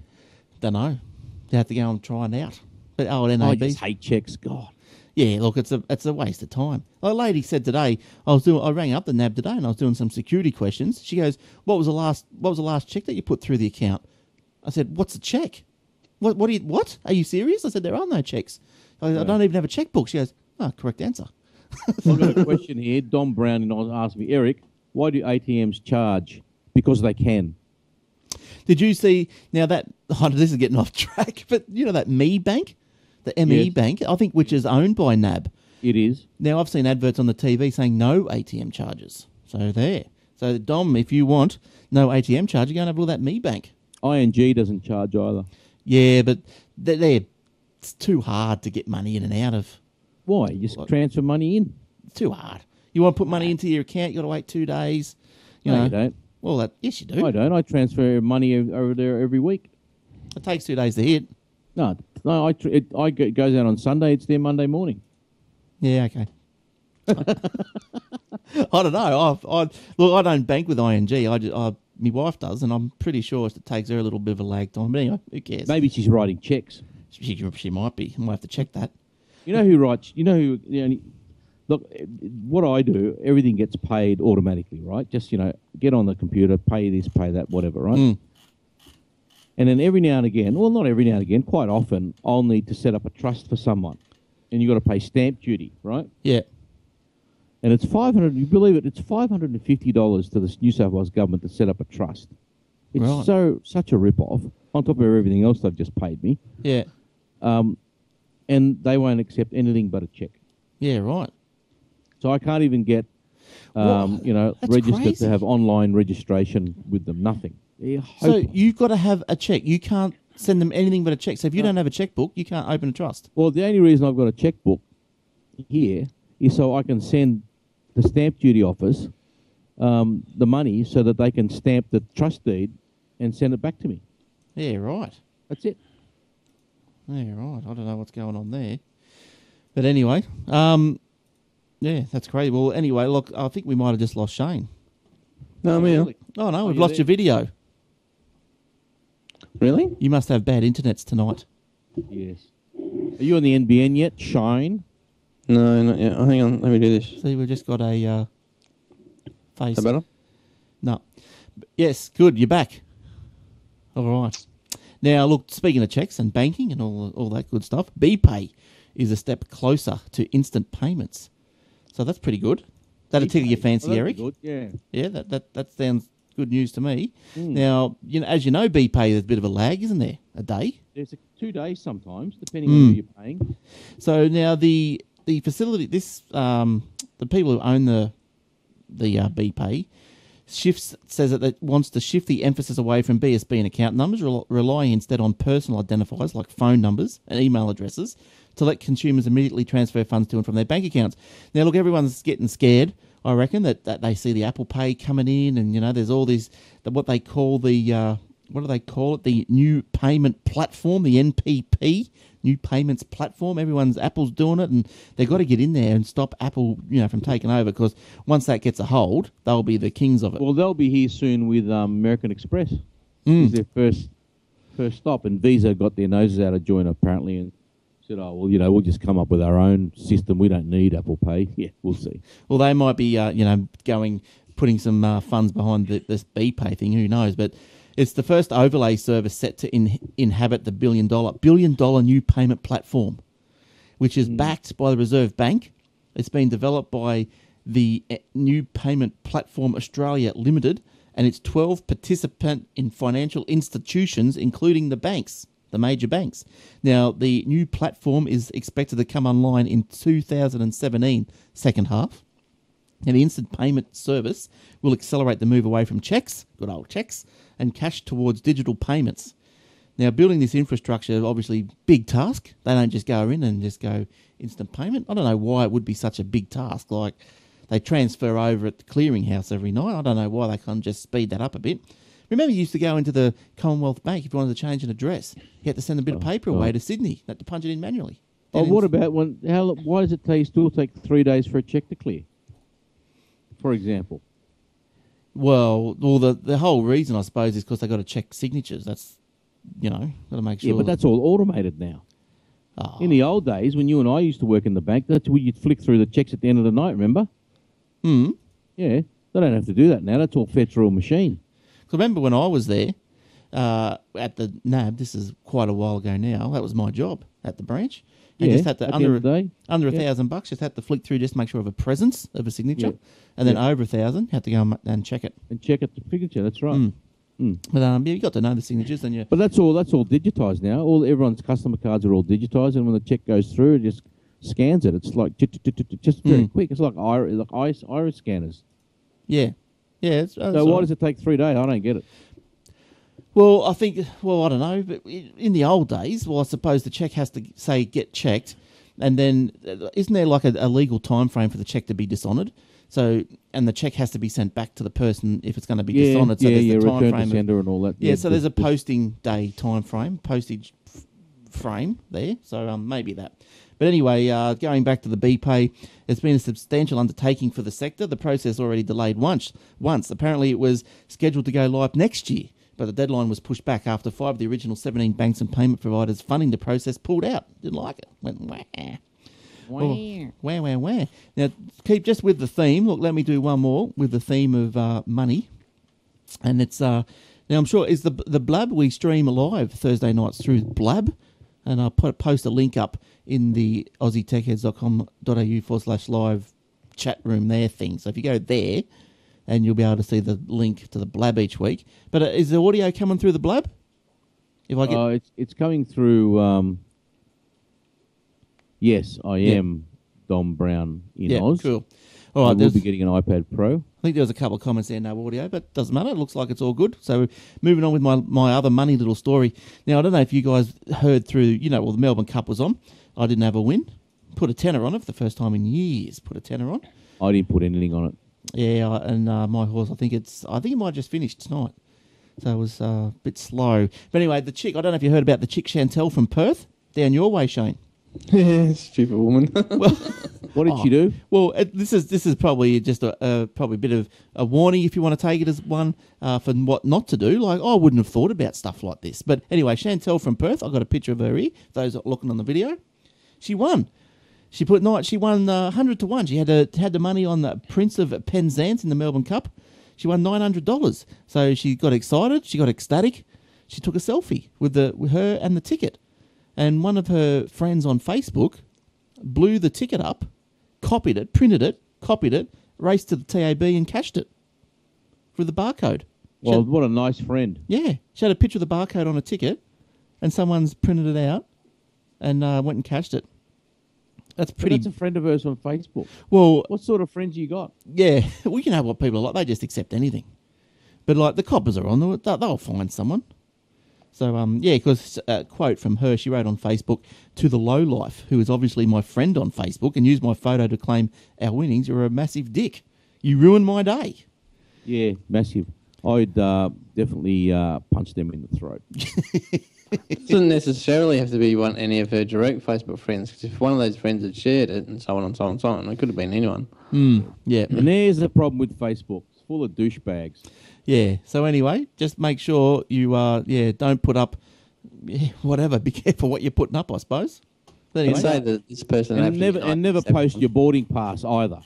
Speaker 1: Don't know. You have to go and try it out. But oh, at
Speaker 2: I
Speaker 1: NAB.
Speaker 2: just hate checks. God.
Speaker 1: Yeah, look, it's a it's a waste of time. A lady said today, I was doing, I rang up the NAB today, and I was doing some security questions. She goes, "What was the last What was the last check that you put through the account?" I said, "What's a check? What What? Are you, what are you serious?" I said, "There are no checks. I, I don't even have a checkbook." She goes, "Ah, correct answer."
Speaker 2: I've got a question here. Don Brown in Oz asked me, Eric, why do ATMs charge? Because they can.
Speaker 1: Did you see now that oh, this is getting off track? But you know that Me Bank, the ME
Speaker 2: Yes.
Speaker 1: Bank, I think which is owned by NAB.
Speaker 2: It is.
Speaker 1: Now I've seen adverts on the TV saying no ATM charges. So there. So Dom, if you want no ATM charge, you go and have a look at that Me Bank.
Speaker 2: ING doesn't charge either.
Speaker 1: Yeah, but they're, they're it's too hard to get money in and out of.
Speaker 2: Why? You just transfer money in.
Speaker 1: It's too hard. You want to put money into your account, you got to wait two days. You
Speaker 2: No,
Speaker 1: know.
Speaker 2: you don't.
Speaker 1: Well, that yes, you do.
Speaker 2: I don't. I transfer money o- over there every week.
Speaker 1: It takes two days to hit.
Speaker 2: No, no. I tr- it, I go, it goes out on Sunday. It's there Monday morning.
Speaker 1: Yeah, okay. I don't know. I, I look. I don't bank with ING. I, just, I my wife does, and I'm pretty sure it takes her a little bit of a lag time. But anyway, who cares?
Speaker 2: Maybe she's writing checks.
Speaker 1: She, she might be. I might have to check that.
Speaker 2: You know who writes? You know who? The only, look, eh, what I do, everything gets paid automatically, right? Just you know, get on the computer, pay this, pay that, whatever, right?
Speaker 1: Mm.
Speaker 2: And then every now and again, well, not every now and again, quite often, I'll need to set up a trust for someone, and you got to pay stamp duty, right?
Speaker 1: Yeah.
Speaker 2: And it's five hundred. You believe it? It's five hundred and fifty dollars to the New South Wales government to set up a trust. It's
Speaker 1: Right.
Speaker 2: so such a rip off. On top of everything else they've just paid me,
Speaker 1: Yeah.
Speaker 2: um, and they won't accept anything but a check.
Speaker 1: Yeah, right.
Speaker 2: So I can't even get, um,
Speaker 1: Wha-
Speaker 2: you know,
Speaker 1: that's
Speaker 2: registered
Speaker 1: crazy.
Speaker 2: to have online registration with them. Nothing. They're
Speaker 1: So
Speaker 2: hopeless.
Speaker 1: you've got to have a check. You can't send them anything but a check. So if you don't have a checkbook, you can't open a trust.
Speaker 2: well, the only reason I've got a checkbook here is so I can send the stamp duty office um, the money so that they can stamp the trust deed and send it back to me.
Speaker 1: Yeah, right.
Speaker 2: That's it.
Speaker 1: Yeah, right. I don't know what's going on there. But anyway, um, yeah, that's crazy. Well, anyway, look, I think we might have just lost Shane.
Speaker 3: No, I'm here.
Speaker 2: Really?
Speaker 1: Oh no,
Speaker 2: Oh,
Speaker 1: we've
Speaker 2: you're
Speaker 1: lost your
Speaker 2: there.
Speaker 1: video.
Speaker 3: Really?
Speaker 1: You must have bad internets tonight.
Speaker 2: Yes. Are you on the NBN yet? Shine.
Speaker 3: No, not yet. Oh, hang on. Let me do this. Is
Speaker 1: See, we've just got a uh, face.
Speaker 3: that better?
Speaker 1: No. B- Yes, good. You're back. All right. Now, look, speaking of checks and banking and all, all that good stuff, BPay is a step closer to instant payments. So that's pretty good. That'll tickle your
Speaker 2: Oh,
Speaker 1: fancy,
Speaker 2: that'd be
Speaker 1: Eric.
Speaker 2: Good. Yeah.
Speaker 1: Yeah, that, that, that sounds good news to me.
Speaker 2: Hmm.
Speaker 1: Now, you know, as you know, BPay, there's a bit of a lag, isn't there? A day.
Speaker 2: There's a, two days sometimes, depending
Speaker 1: Hmm.
Speaker 2: on who you're paying.
Speaker 1: So now the the facility, this um, the people who own the the uh, BPay shifts says that it wants to shift the emphasis away from BSB and account numbers, rel- relying instead on personal identifiers like phone numbers and email addresses to let consumers immediately transfer funds to and from their bank accounts. Now, look, everyone's getting scared. I reckon that, that they see the Apple Pay coming in, and you know, there's all these the, what they call the uh, what do they call it? The new payment platform, the NPP. new payments platform. Everyone's Apple's doing it, and they've got to get in there and stop Apple, you know, from taking over. Because once that gets a hold, they'll be the kings of it.
Speaker 2: Well, they'll be here soon with um, American Express.
Speaker 1: Hmm.
Speaker 2: It's their first first stop, and Visa got their noses out of joint apparently, and said, "Oh well, you know, we'll just come up with our own system. We don't need Apple Pay. Yeah, we'll see."
Speaker 1: Well, they might be, uh, you know, going putting some uh, funds behind the, this BPay thing. Who knows? But it's the first overlay service set to in, inhabit the billion dollar billion dollar new payment platform, which is backed by the Reserve Bank. It's been developed by the eh, New Payment Platform Australia Limited and its 12 participant in financial institutions, including the banks, the major banks. Now, the new platform is expected to come online in 2017, second half. And the instant payment service will accelerate the move away from checks, good old checks, and cash towards digital payments. Now, building this infrastructure is obviously big task. They don't just go in and just go instant payment. I don't know why it would be such a big task. Like they transfer over at the clearinghouse every night. I don't know why they can't just speed that up a bit. Remember, you used to go into the Commonwealth Bank if you wanted to change an address. You had to send a bit of paper away to Sydney. You had to punch it in manually.
Speaker 2: Oh,
Speaker 1: Then
Speaker 2: what
Speaker 1: in-
Speaker 2: about when? How? lo- Why does it take, still take three days for a check to clear? For example,
Speaker 1: Well, well, the the whole reason I suppose is because they got to check signatures. That's you know, got to make sure.
Speaker 2: yeah, but
Speaker 1: that-
Speaker 2: that's all automated now.
Speaker 1: Ah.
Speaker 2: In the old days, when you and I used to work in the bank, that's where you'd flick through the checks at the end of the night. Remember?
Speaker 1: Hmm.
Speaker 2: Yeah, they don't have to do that now. That's all federal machine.
Speaker 1: Because remember when I was there uh, at the NAB, this is quite a while ago now, that was my job at the branch. You
Speaker 2: Yeah,
Speaker 1: just had to,
Speaker 2: at the
Speaker 1: under,
Speaker 2: end of the day.
Speaker 1: under a
Speaker 2: Yeah.
Speaker 1: thousand bucks, just had to flick through, just make sure of a presence of a signature.
Speaker 2: Yeah.
Speaker 1: And then
Speaker 2: Yeah.
Speaker 1: over a thousand, had to go and, and check it.
Speaker 2: and check at the signature. That's right.
Speaker 1: Mm. But um, yeah, you got to know the signatures, and you.
Speaker 2: But that's all. That's all digitized now. All everyone's customer cards are all digitized, and when the check goes through, it just scans it. It's like ju- ju- ju- ju- ju- just very
Speaker 1: Mm.
Speaker 2: quick. It's like iris, like iris, iris scanners.
Speaker 1: Yeah. Yeah. It's, uh,
Speaker 2: So why does it take three days? I don't get it.
Speaker 1: Well, I think, well, I don't know, but i- in the old days, well, I suppose the check has to say get checked, and then uh, isn't there like a, a legal time frame for the check to be dishonoured? So, and the check has to be sent back to the person if it's going to be dishonoured. So
Speaker 2: yeah,
Speaker 1: there's
Speaker 2: yeah.
Speaker 1: the time
Speaker 2: Return
Speaker 1: frame.
Speaker 2: to
Speaker 1: of-
Speaker 2: sender and all that.
Speaker 1: yeah, so there's a
Speaker 2: just- just-
Speaker 1: posting day time frame, postage f- frame there. So um, maybe that. But anyway, uh, going back to the BPay, it's been a substantial undertaking for the sector. The process already delayed once. Once apparently it was scheduled to go live next year, but the deadline was pushed back after five of the original 17 banks and payment providers funding the process pulled out. Didn't like it. Went wah. Oh, where, where, where? Now, keep just with the theme. Look, let me do one more with the theme of uh, money, and it's uh, now I'm sure is the the Blab we stream live Thursday nights through Blab, and I'll put post a link up in the aussietechheads.com.au forward slash live chat room there thing. So if you go there, and you'll be able to see the link to the Blab each week. But uh, is the audio coming through the Blab? If I get
Speaker 2: Uh, it's it's coming through. Um, yes, I
Speaker 1: Yeah.
Speaker 2: am Dom Brown in
Speaker 1: yeah,
Speaker 2: Oz.
Speaker 1: cool.
Speaker 2: I
Speaker 1: All right,
Speaker 2: will
Speaker 1: there's-
Speaker 2: be getting an iPad Pro.
Speaker 1: I think there was a couple of comments there, no audio, but doesn't matter. It looks like it's all good. So moving on with my, my other money little story. Now, I don't know if you guys heard through, you know, well, the Melbourne Cup was on. I didn't have a win. Put a tenner on it for the first time in years. Put a tenner on.
Speaker 2: I didn't put anything on it.
Speaker 1: Yeah, I- and uh, my horse, I think it's, I think it might have just finished tonight. So it was uh, a bit slow. But anyway, the chick, I don't know if you heard about the chick Chantel from Perth down your way, Shane.
Speaker 3: Stupid woman.
Speaker 2: What did
Speaker 1: Oh.
Speaker 2: she do?
Speaker 1: Well, it, this is this is probably just a, a probably a bit of a warning if you want to take it as one uh, for what not to do. Like I wouldn't have thought about stuff like this, but anyway, Chantel from Perth, I got a picture of her here. Those that are looking on the video, she won. She put night. She won uh, hundred to one. She had a, had the money on the Prince of Penzance in the Melbourne Cup. She won nine hundred dollars. So she got excited. She got ecstatic. She took a selfie with the with her and the ticket. And one of her friends on Facebook blew the ticket up, copied it, printed it, copied it, raced to the TAB and cashed it with the barcode. She
Speaker 2: Well,
Speaker 1: had-
Speaker 2: what a nice friend.
Speaker 1: yeah, she had a picture of the barcode on a ticket, and someone's printed it out and uh, went and cashed it. That's
Speaker 2: But
Speaker 1: pretty.
Speaker 2: That's a friend of hers on Facebook.
Speaker 1: well,
Speaker 2: What sort of friends you got?
Speaker 1: yeah, we can have what people are like. They just accept anything. But like the coppers are on, they'll, they'll find someone. So um, yeah, because a quote from her, she wrote on Facebook to the low life, who is obviously my friend on Facebook, and used my photo to claim our winnings. You're a massive dick. You ruined my day.
Speaker 2: Yeah, massive. I'd uh, definitely uh, punch them in the throat.
Speaker 3: doesn't necessarily have to be one any of her direct Facebook friends. 'cause if one of those friends had shared it and so on and so on and so on, it could have been anyone.
Speaker 1: Hmm, Yeah,
Speaker 2: And there's the problem with Facebook. It's full of douchebags.
Speaker 1: yeah. So anyway, just make sure you uh yeah don't put up yeah, whatever. Be careful what you're putting up, I suppose. But
Speaker 3: And
Speaker 1: anyway,
Speaker 3: say that this person
Speaker 2: And
Speaker 3: actually
Speaker 2: never
Speaker 3: liked
Speaker 2: and never
Speaker 3: this
Speaker 2: post
Speaker 3: episode.
Speaker 2: your boarding pass either.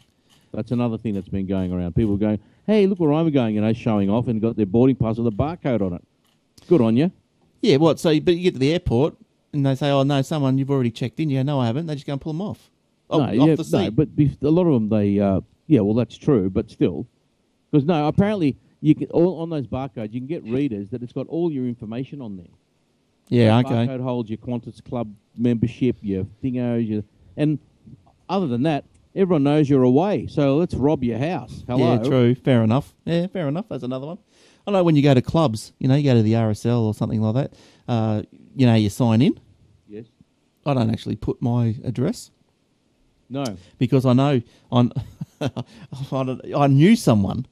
Speaker 2: That's another thing that's been going around. People going, hey, look where I'm going, and they're showing off and got their boarding pass with a barcode on it. Good on you.
Speaker 1: yeah. What? So but you get to the airport and they say, oh no, someone you've already checked in. You go, no, I haven't. They just go and pull them off. Oh,
Speaker 2: no,
Speaker 1: off
Speaker 2: yeah,
Speaker 1: the seat.
Speaker 2: no, but bef- a lot of them they, uh, yeah, well that's true, but still, because no, apparently you can all on those barcodes you can get readers that it's got all your information on there.
Speaker 1: yeah,
Speaker 2: Your
Speaker 1: okay.
Speaker 2: Barcode holds your Qantas Club membership, your thingos, your, and other than that, everyone knows you're away. So let's rob your house. Hello.
Speaker 1: Yeah, true. Fair enough. Yeah, fair enough. That's another one. I know when you go to clubs, you know, you go to the RSL or something like that. Uh, you know, you sign in.
Speaker 2: Yes.
Speaker 1: I don't actually put my address
Speaker 2: No.
Speaker 1: because I know on I don't- I knew someone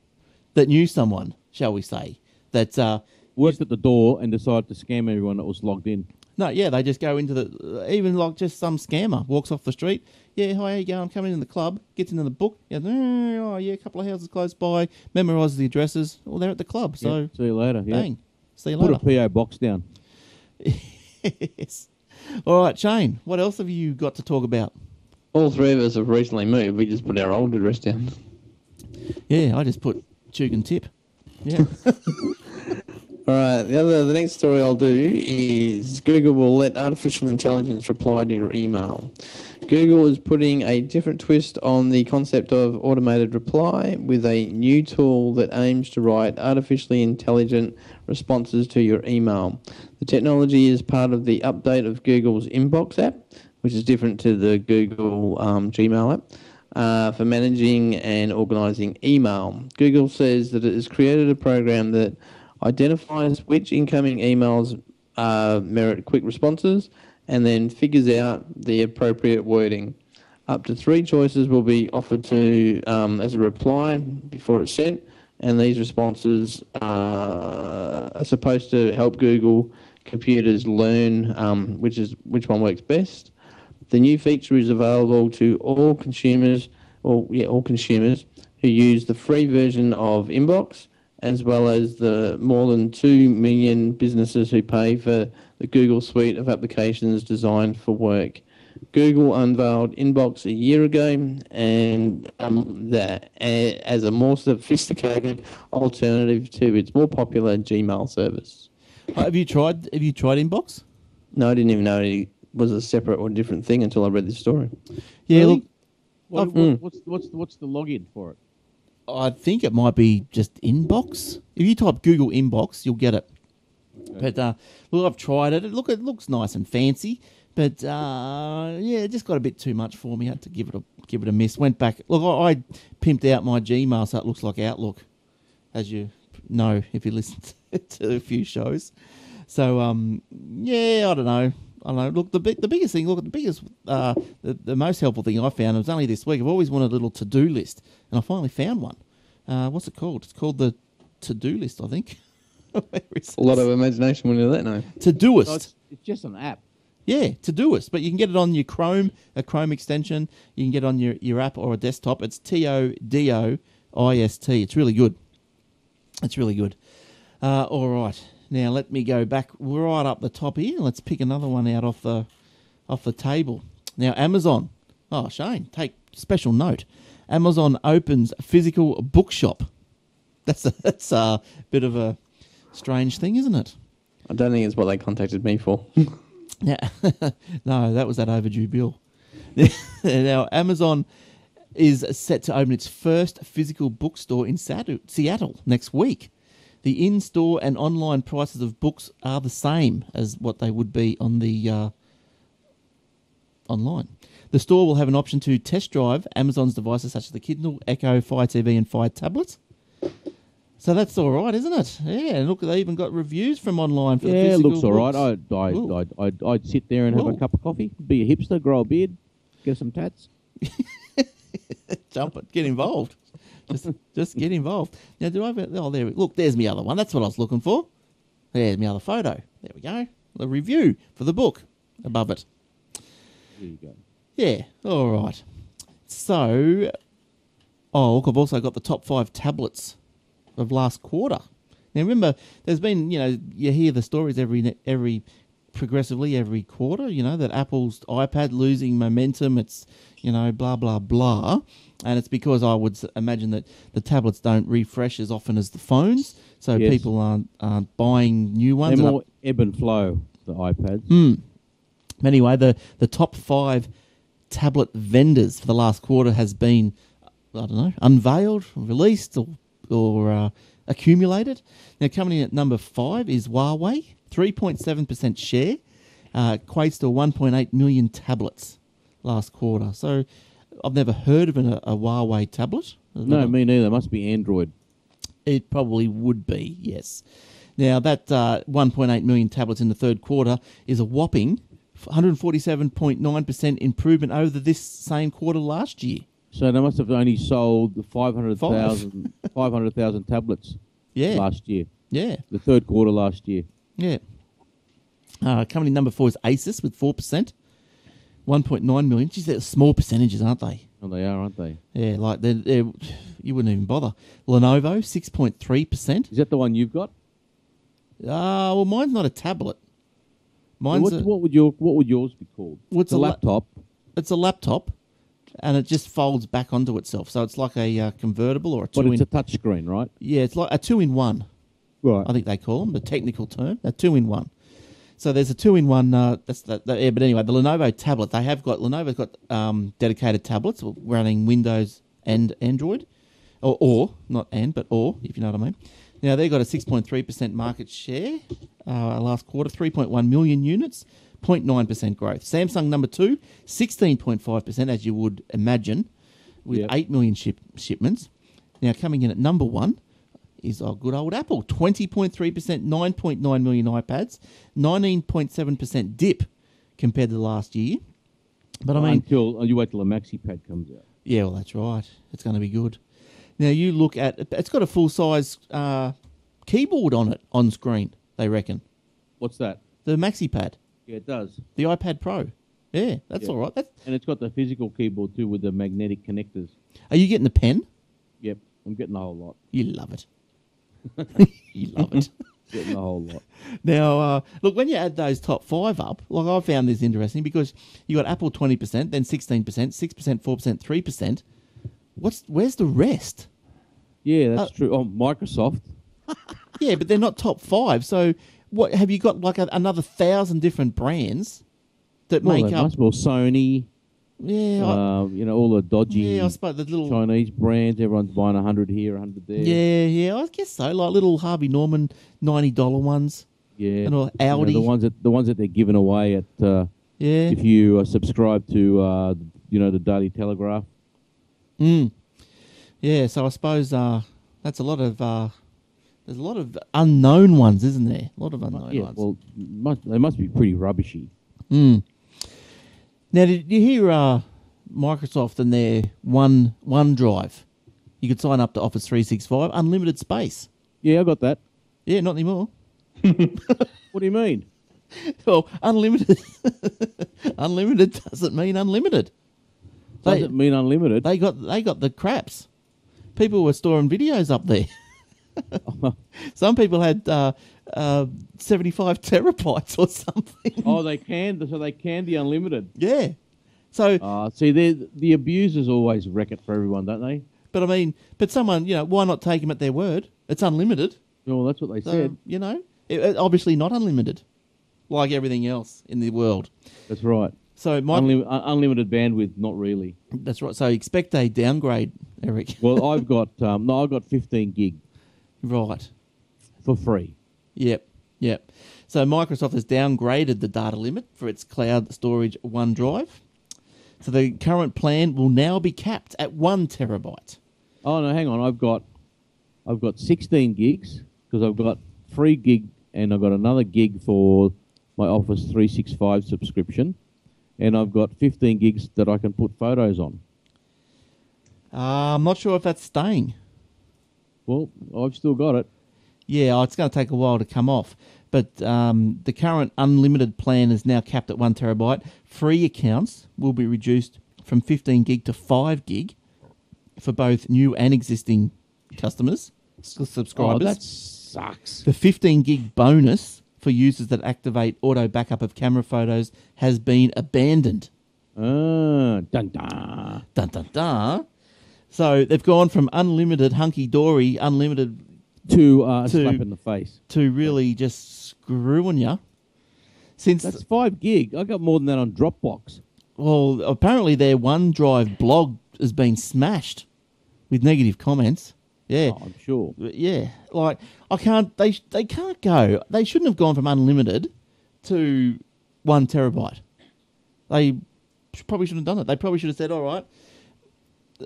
Speaker 1: that knew someone, shall we say, that uh,
Speaker 2: Worked at the door and decided to scam everyone that was logged in.
Speaker 1: no, yeah, they just go into the even like just some scammer walks off the street. Yeah, hi, how you going? I'm coming in the club. Gets into the book. Yeah, oh yeah, a couple of houses close by. Memorises the addresses. Well, they're at the club, so
Speaker 2: Yeah, see you later. Yeah.
Speaker 1: bang. See you
Speaker 2: Put
Speaker 1: later.
Speaker 2: a PO box down.
Speaker 1: yes. All right, Shane. What else have you got to talk about?
Speaker 3: All three of us have recently moved. We just put our old address down.
Speaker 1: Yeah, I just put Chug and Tip. Yeah.
Speaker 3: All right. The other, the next story I'll do is Google will let artificial intelligence reply to your email. Google is putting a different twist on the concept of automated reply with a new tool that aims to write artificially intelligent responses to your email. The technology is part of the update of Google's Inbox app, which is different to the Google um, Gmail app uh, for managing and organizing email. Google says that it has created a program that identifies which incoming emails uh, merit quick responses and then figures out the appropriate wording. Up to three choices will be offered to um, as a reply before it's sent, and these responses uh, are supposed to help Google computers learn um, which is which one works best. The new feature is available to all consumers, or yeah, all consumers who use the free version of Inbox, as well as the more than two million businesses who pay for the Google suite of applications designed for work. Google unveiled Inbox a year ago, and um, that a- as a more sophisticated alternative to its more popular Gmail service.
Speaker 1: have you tried? Have you tried Inbox?
Speaker 3: No, I didn't even know it was a separate or different thing until I read this story.
Speaker 1: Yeah.
Speaker 2: Really?
Speaker 1: Look,
Speaker 2: What,
Speaker 1: I've-
Speaker 2: what, what's what's what's the login for it?
Speaker 1: I think it might be just Inbox. If you type Google Inbox, you'll get it. But uh, look, I've tried it. it. Look, it looks nice and fancy, but uh, yeah, it just got a bit too much for me. I had to give it a give it a miss. Went back. Look, I, I pimped out my Gmail so it looks like Outlook, as you know if you listen to a few shows. So um, yeah, I don't know. I don't know. Look, the big, the biggest thing. Look, the biggest, uh, the, the most helpful thing I found it was only this week. I've always wanted a little to do list, and I finally found one. Uh, what's it called? It's called the to do list, I think. Where is
Speaker 3: A lot
Speaker 1: it?
Speaker 3: of imagination when you're that now.
Speaker 1: to
Speaker 2: So
Speaker 1: doist.
Speaker 2: it's, it's just an app.
Speaker 1: Yeah, Todoist, but you can get it on your Chrome, a Chrome extension. You can get it on your, your app or a desktop. It's T O D O I S T. It's really good. It's really good. Uh, all right, now let me go back right up the top here. Let's pick another one out off the off the table. Now Amazon. Oh, Shane, take special note. Amazon opens physical bookshop. That's a, that's a bit of a strange thing, isn't it?
Speaker 3: I don't think it's what they contacted me for.
Speaker 1: Yeah. no, that was that overdue bill. now, Amazon is set to open its first physical bookstore in Satu- Seattle next week. The in store and online prices of books are the same as what they would be on the. Uh, online. The store will have an option to test drive Amazon's devices such as the Kindle, Echo, Fire TV, and Fire Tablet. So that's all right, isn't it? Yeah, and look, they even got reviews from online for the
Speaker 2: Yeah,
Speaker 1: physical
Speaker 2: looks all right.
Speaker 1: books.
Speaker 2: I'd, I'd,
Speaker 1: Ooh.
Speaker 2: I'd, I'd, I'd sit there and have
Speaker 1: Ooh.
Speaker 2: a cup of coffee, be a hipster, grow a beard, get some tats.
Speaker 1: jump it. Get involved. Just, just get involved. Now, do I? Have a, oh, there. we- Look, there's my other one. That's what I was looking for. There's my other photo. There we go. a review for the book above it.
Speaker 2: There you go.
Speaker 1: Yeah, all right. So, oh, look, I've also got the top five tablets of last quarter. Now, remember, there's been, you know, you hear the stories every ne- every progressively every quarter, you know, that Apple's iPad losing momentum. It's, you know, blah blah blah, and it's because I would s- imagine that the tablets don't refresh as often as the phones, so
Speaker 2: Yes.
Speaker 1: people aren't aren't buying new
Speaker 2: They're
Speaker 1: ones. and up-
Speaker 2: more ebb and flow, the iPads.
Speaker 1: Anyway, the, the top five tablet vendors for the last quarter has been, I don't know, unveiled, released, or, or uh, accumulated. Now, coming in at number five is Huawei, 3.7% share, uh, equates to 1.8 million tablets last quarter. So I've never heard of an, a Huawei tablet.
Speaker 2: No, me neither. must be Android.
Speaker 1: It probably would be, yes. Now, that uh, 1.8 million tablets in the third quarter is a whopping 147.9% improvement over this same quarter last year.
Speaker 2: So they must have only sold 500,000 500,000 tablets
Speaker 1: Yeah.
Speaker 2: last year,
Speaker 1: Yeah,
Speaker 2: the third quarter last year.
Speaker 1: yeah. Uh, coming in number four is Asus with 4%, 1.9 million. Geez, they're small percentages, aren't they?
Speaker 2: And they are, aren't they?
Speaker 1: Yeah, like they're, they're, you wouldn't even bother. Lenovo, 6.3%.
Speaker 2: Is that the one you've got?
Speaker 1: Ah, well, mine's not a tablet. Mine's
Speaker 2: What,
Speaker 1: a,
Speaker 2: what would your What would yours be called?
Speaker 1: What's a
Speaker 2: a
Speaker 1: la-
Speaker 2: laptop?
Speaker 1: it's a laptop and it just folds back onto itself so it's like a uh, convertible or a two
Speaker 2: But it's
Speaker 1: in
Speaker 2: a touchscreen, right?
Speaker 1: yeah it's like a two in one
Speaker 2: Right.
Speaker 1: i think they call them the technical term a two in one so there's a two in one uh, that's that, that- yeah but anyway the lenovo tablet they have got lenovo's got um, dedicated tablets running windows and android or, or not and but or if you know what i mean now they've got a 6.3% market share uh, last quarter 3.1 million units 0.9% growth samsung number two 16.5% as you would imagine with
Speaker 2: Yep.
Speaker 1: 8 million ship- shipments now coming in at number one is our good old apple 20.3% 9.9 million ipads 19.7% dip compared to last year but i mean
Speaker 2: until uh, you wait till the maxi pad comes out.
Speaker 1: yeah, well, that's right. It's going to be good. Now you look at it's got a full size uh, keyboard on it on screen. They reckon
Speaker 2: What's that?
Speaker 1: the MaxiPad,
Speaker 2: Yeah, it does.
Speaker 1: the iPad Pro. Yeah, that's
Speaker 2: Yeah.
Speaker 1: all right. That's,
Speaker 2: And it's got the physical keyboard too with the magnetic connectors.
Speaker 1: are you getting the pen?
Speaker 2: Yep, I'm getting a whole lot.
Speaker 1: You love it. you love it.
Speaker 2: Getting a whole lot.
Speaker 1: Now, uh, look, when you add those top five up, like I found this interesting because you got Apple twenty percent, then sixteen percent, six percent, four percent, three percent. What's where's the rest?
Speaker 2: Yeah, that's
Speaker 1: Uh,
Speaker 2: true. Oh, Microsoft.
Speaker 1: Yeah, but they're not top five. So, what have you got? Like a, another thousand different brands that
Speaker 2: Well,
Speaker 1: make
Speaker 2: they
Speaker 1: up.
Speaker 2: must- well, Sony.
Speaker 1: Yeah, I,
Speaker 2: um, you know, all the dodgy
Speaker 1: yeah. I suppose the little.
Speaker 2: Chinese brands. Everyone's buying a hundred here, a hundred there.
Speaker 1: Yeah, yeah. I guess so. Like little Harvey Norman ninety dollar ones.
Speaker 2: yeah.
Speaker 1: And all
Speaker 2: You know,
Speaker 1: Audi.
Speaker 2: the ones that the ones that they're giving away at uh,
Speaker 1: Yeah.
Speaker 2: if you uh, subscribe to uh, you know the Daily Telegraph.
Speaker 1: Mm. Yeah. So I suppose uh, that's a lot of. Uh, there's a lot of unknown ones, isn't there? A lot of unknown
Speaker 2: yeah.
Speaker 1: ones.
Speaker 2: Well, must, they must be pretty rubbishy.
Speaker 1: Mm. Now, did you hear uh, Microsoft and their one OneDrive? You could sign up to Office 365, unlimited space.
Speaker 2: Yeah, I got that.
Speaker 1: Yeah, not anymore.
Speaker 2: What do you mean?
Speaker 1: Well, unlimited, unlimited doesn't mean unlimited. They,
Speaker 2: Doesn't mean unlimited.
Speaker 1: they got they got the craps. People were storing videos up there. Some people had uh, uh, seventy five terabytes or something.
Speaker 2: oh, they can. So they can the unlimited.
Speaker 1: Yeah. So,
Speaker 2: Uh, see, they the abusers always wreck it for everyone, don't they?
Speaker 1: but I mean, but someone, you know, why not take them at their word? It's unlimited.
Speaker 2: Well, that's what they
Speaker 1: So,
Speaker 2: said.
Speaker 1: you know, it, it- obviously not unlimited, like everything else in the world.
Speaker 2: That's right.
Speaker 1: So, my,
Speaker 2: Unlim- un- unlimited bandwidth, not really.
Speaker 1: that's right. So, expect a downgrade, Eric.
Speaker 2: Well, I've got um, no, I've got 15 gig
Speaker 1: right.
Speaker 2: for free.
Speaker 1: Yep. Yep. So, Microsoft has downgraded the data limit for its cloud storage OneDrive. So, the current plan will now be capped at one terabyte.
Speaker 2: Oh no, hang on, I've got I've got 16 gigs because I've got free gig and I've got another gig for my Office 365 subscription, and I've got 15 gigs that I can put photos on.
Speaker 1: Uh, I'm not sure if that's staying.
Speaker 2: Well, I've still got it.
Speaker 1: Yeah, oh, it's going to take a while to come off. But um, the current unlimited plan is now capped at one terabyte. Free accounts will be reduced from 15 gig to 5 gig for both new and existing customers, s-
Speaker 2: Oh,
Speaker 1: subscribers.
Speaker 2: that sucks.
Speaker 1: The 15 gig bonus for users that activate auto backup of camera photos has been abandoned.
Speaker 2: Ah, dun dun.
Speaker 1: Dun dun dun. So they've gone from unlimited hunky dory, unlimited
Speaker 2: To uh, a
Speaker 1: To-
Speaker 2: slap in the face.
Speaker 1: to really just screwing you. Since
Speaker 2: That's five gig. I got more than that on Dropbox.
Speaker 1: well, apparently their OneDrive blog has been smashed with negative comments. Yeah,
Speaker 2: Oh, I'm sure.
Speaker 1: yeah. Like I can't. They they can't go. They shouldn't have gone from unlimited to one terabyte. They sh- probably shouldn't have done it. They probably should have said, "All right."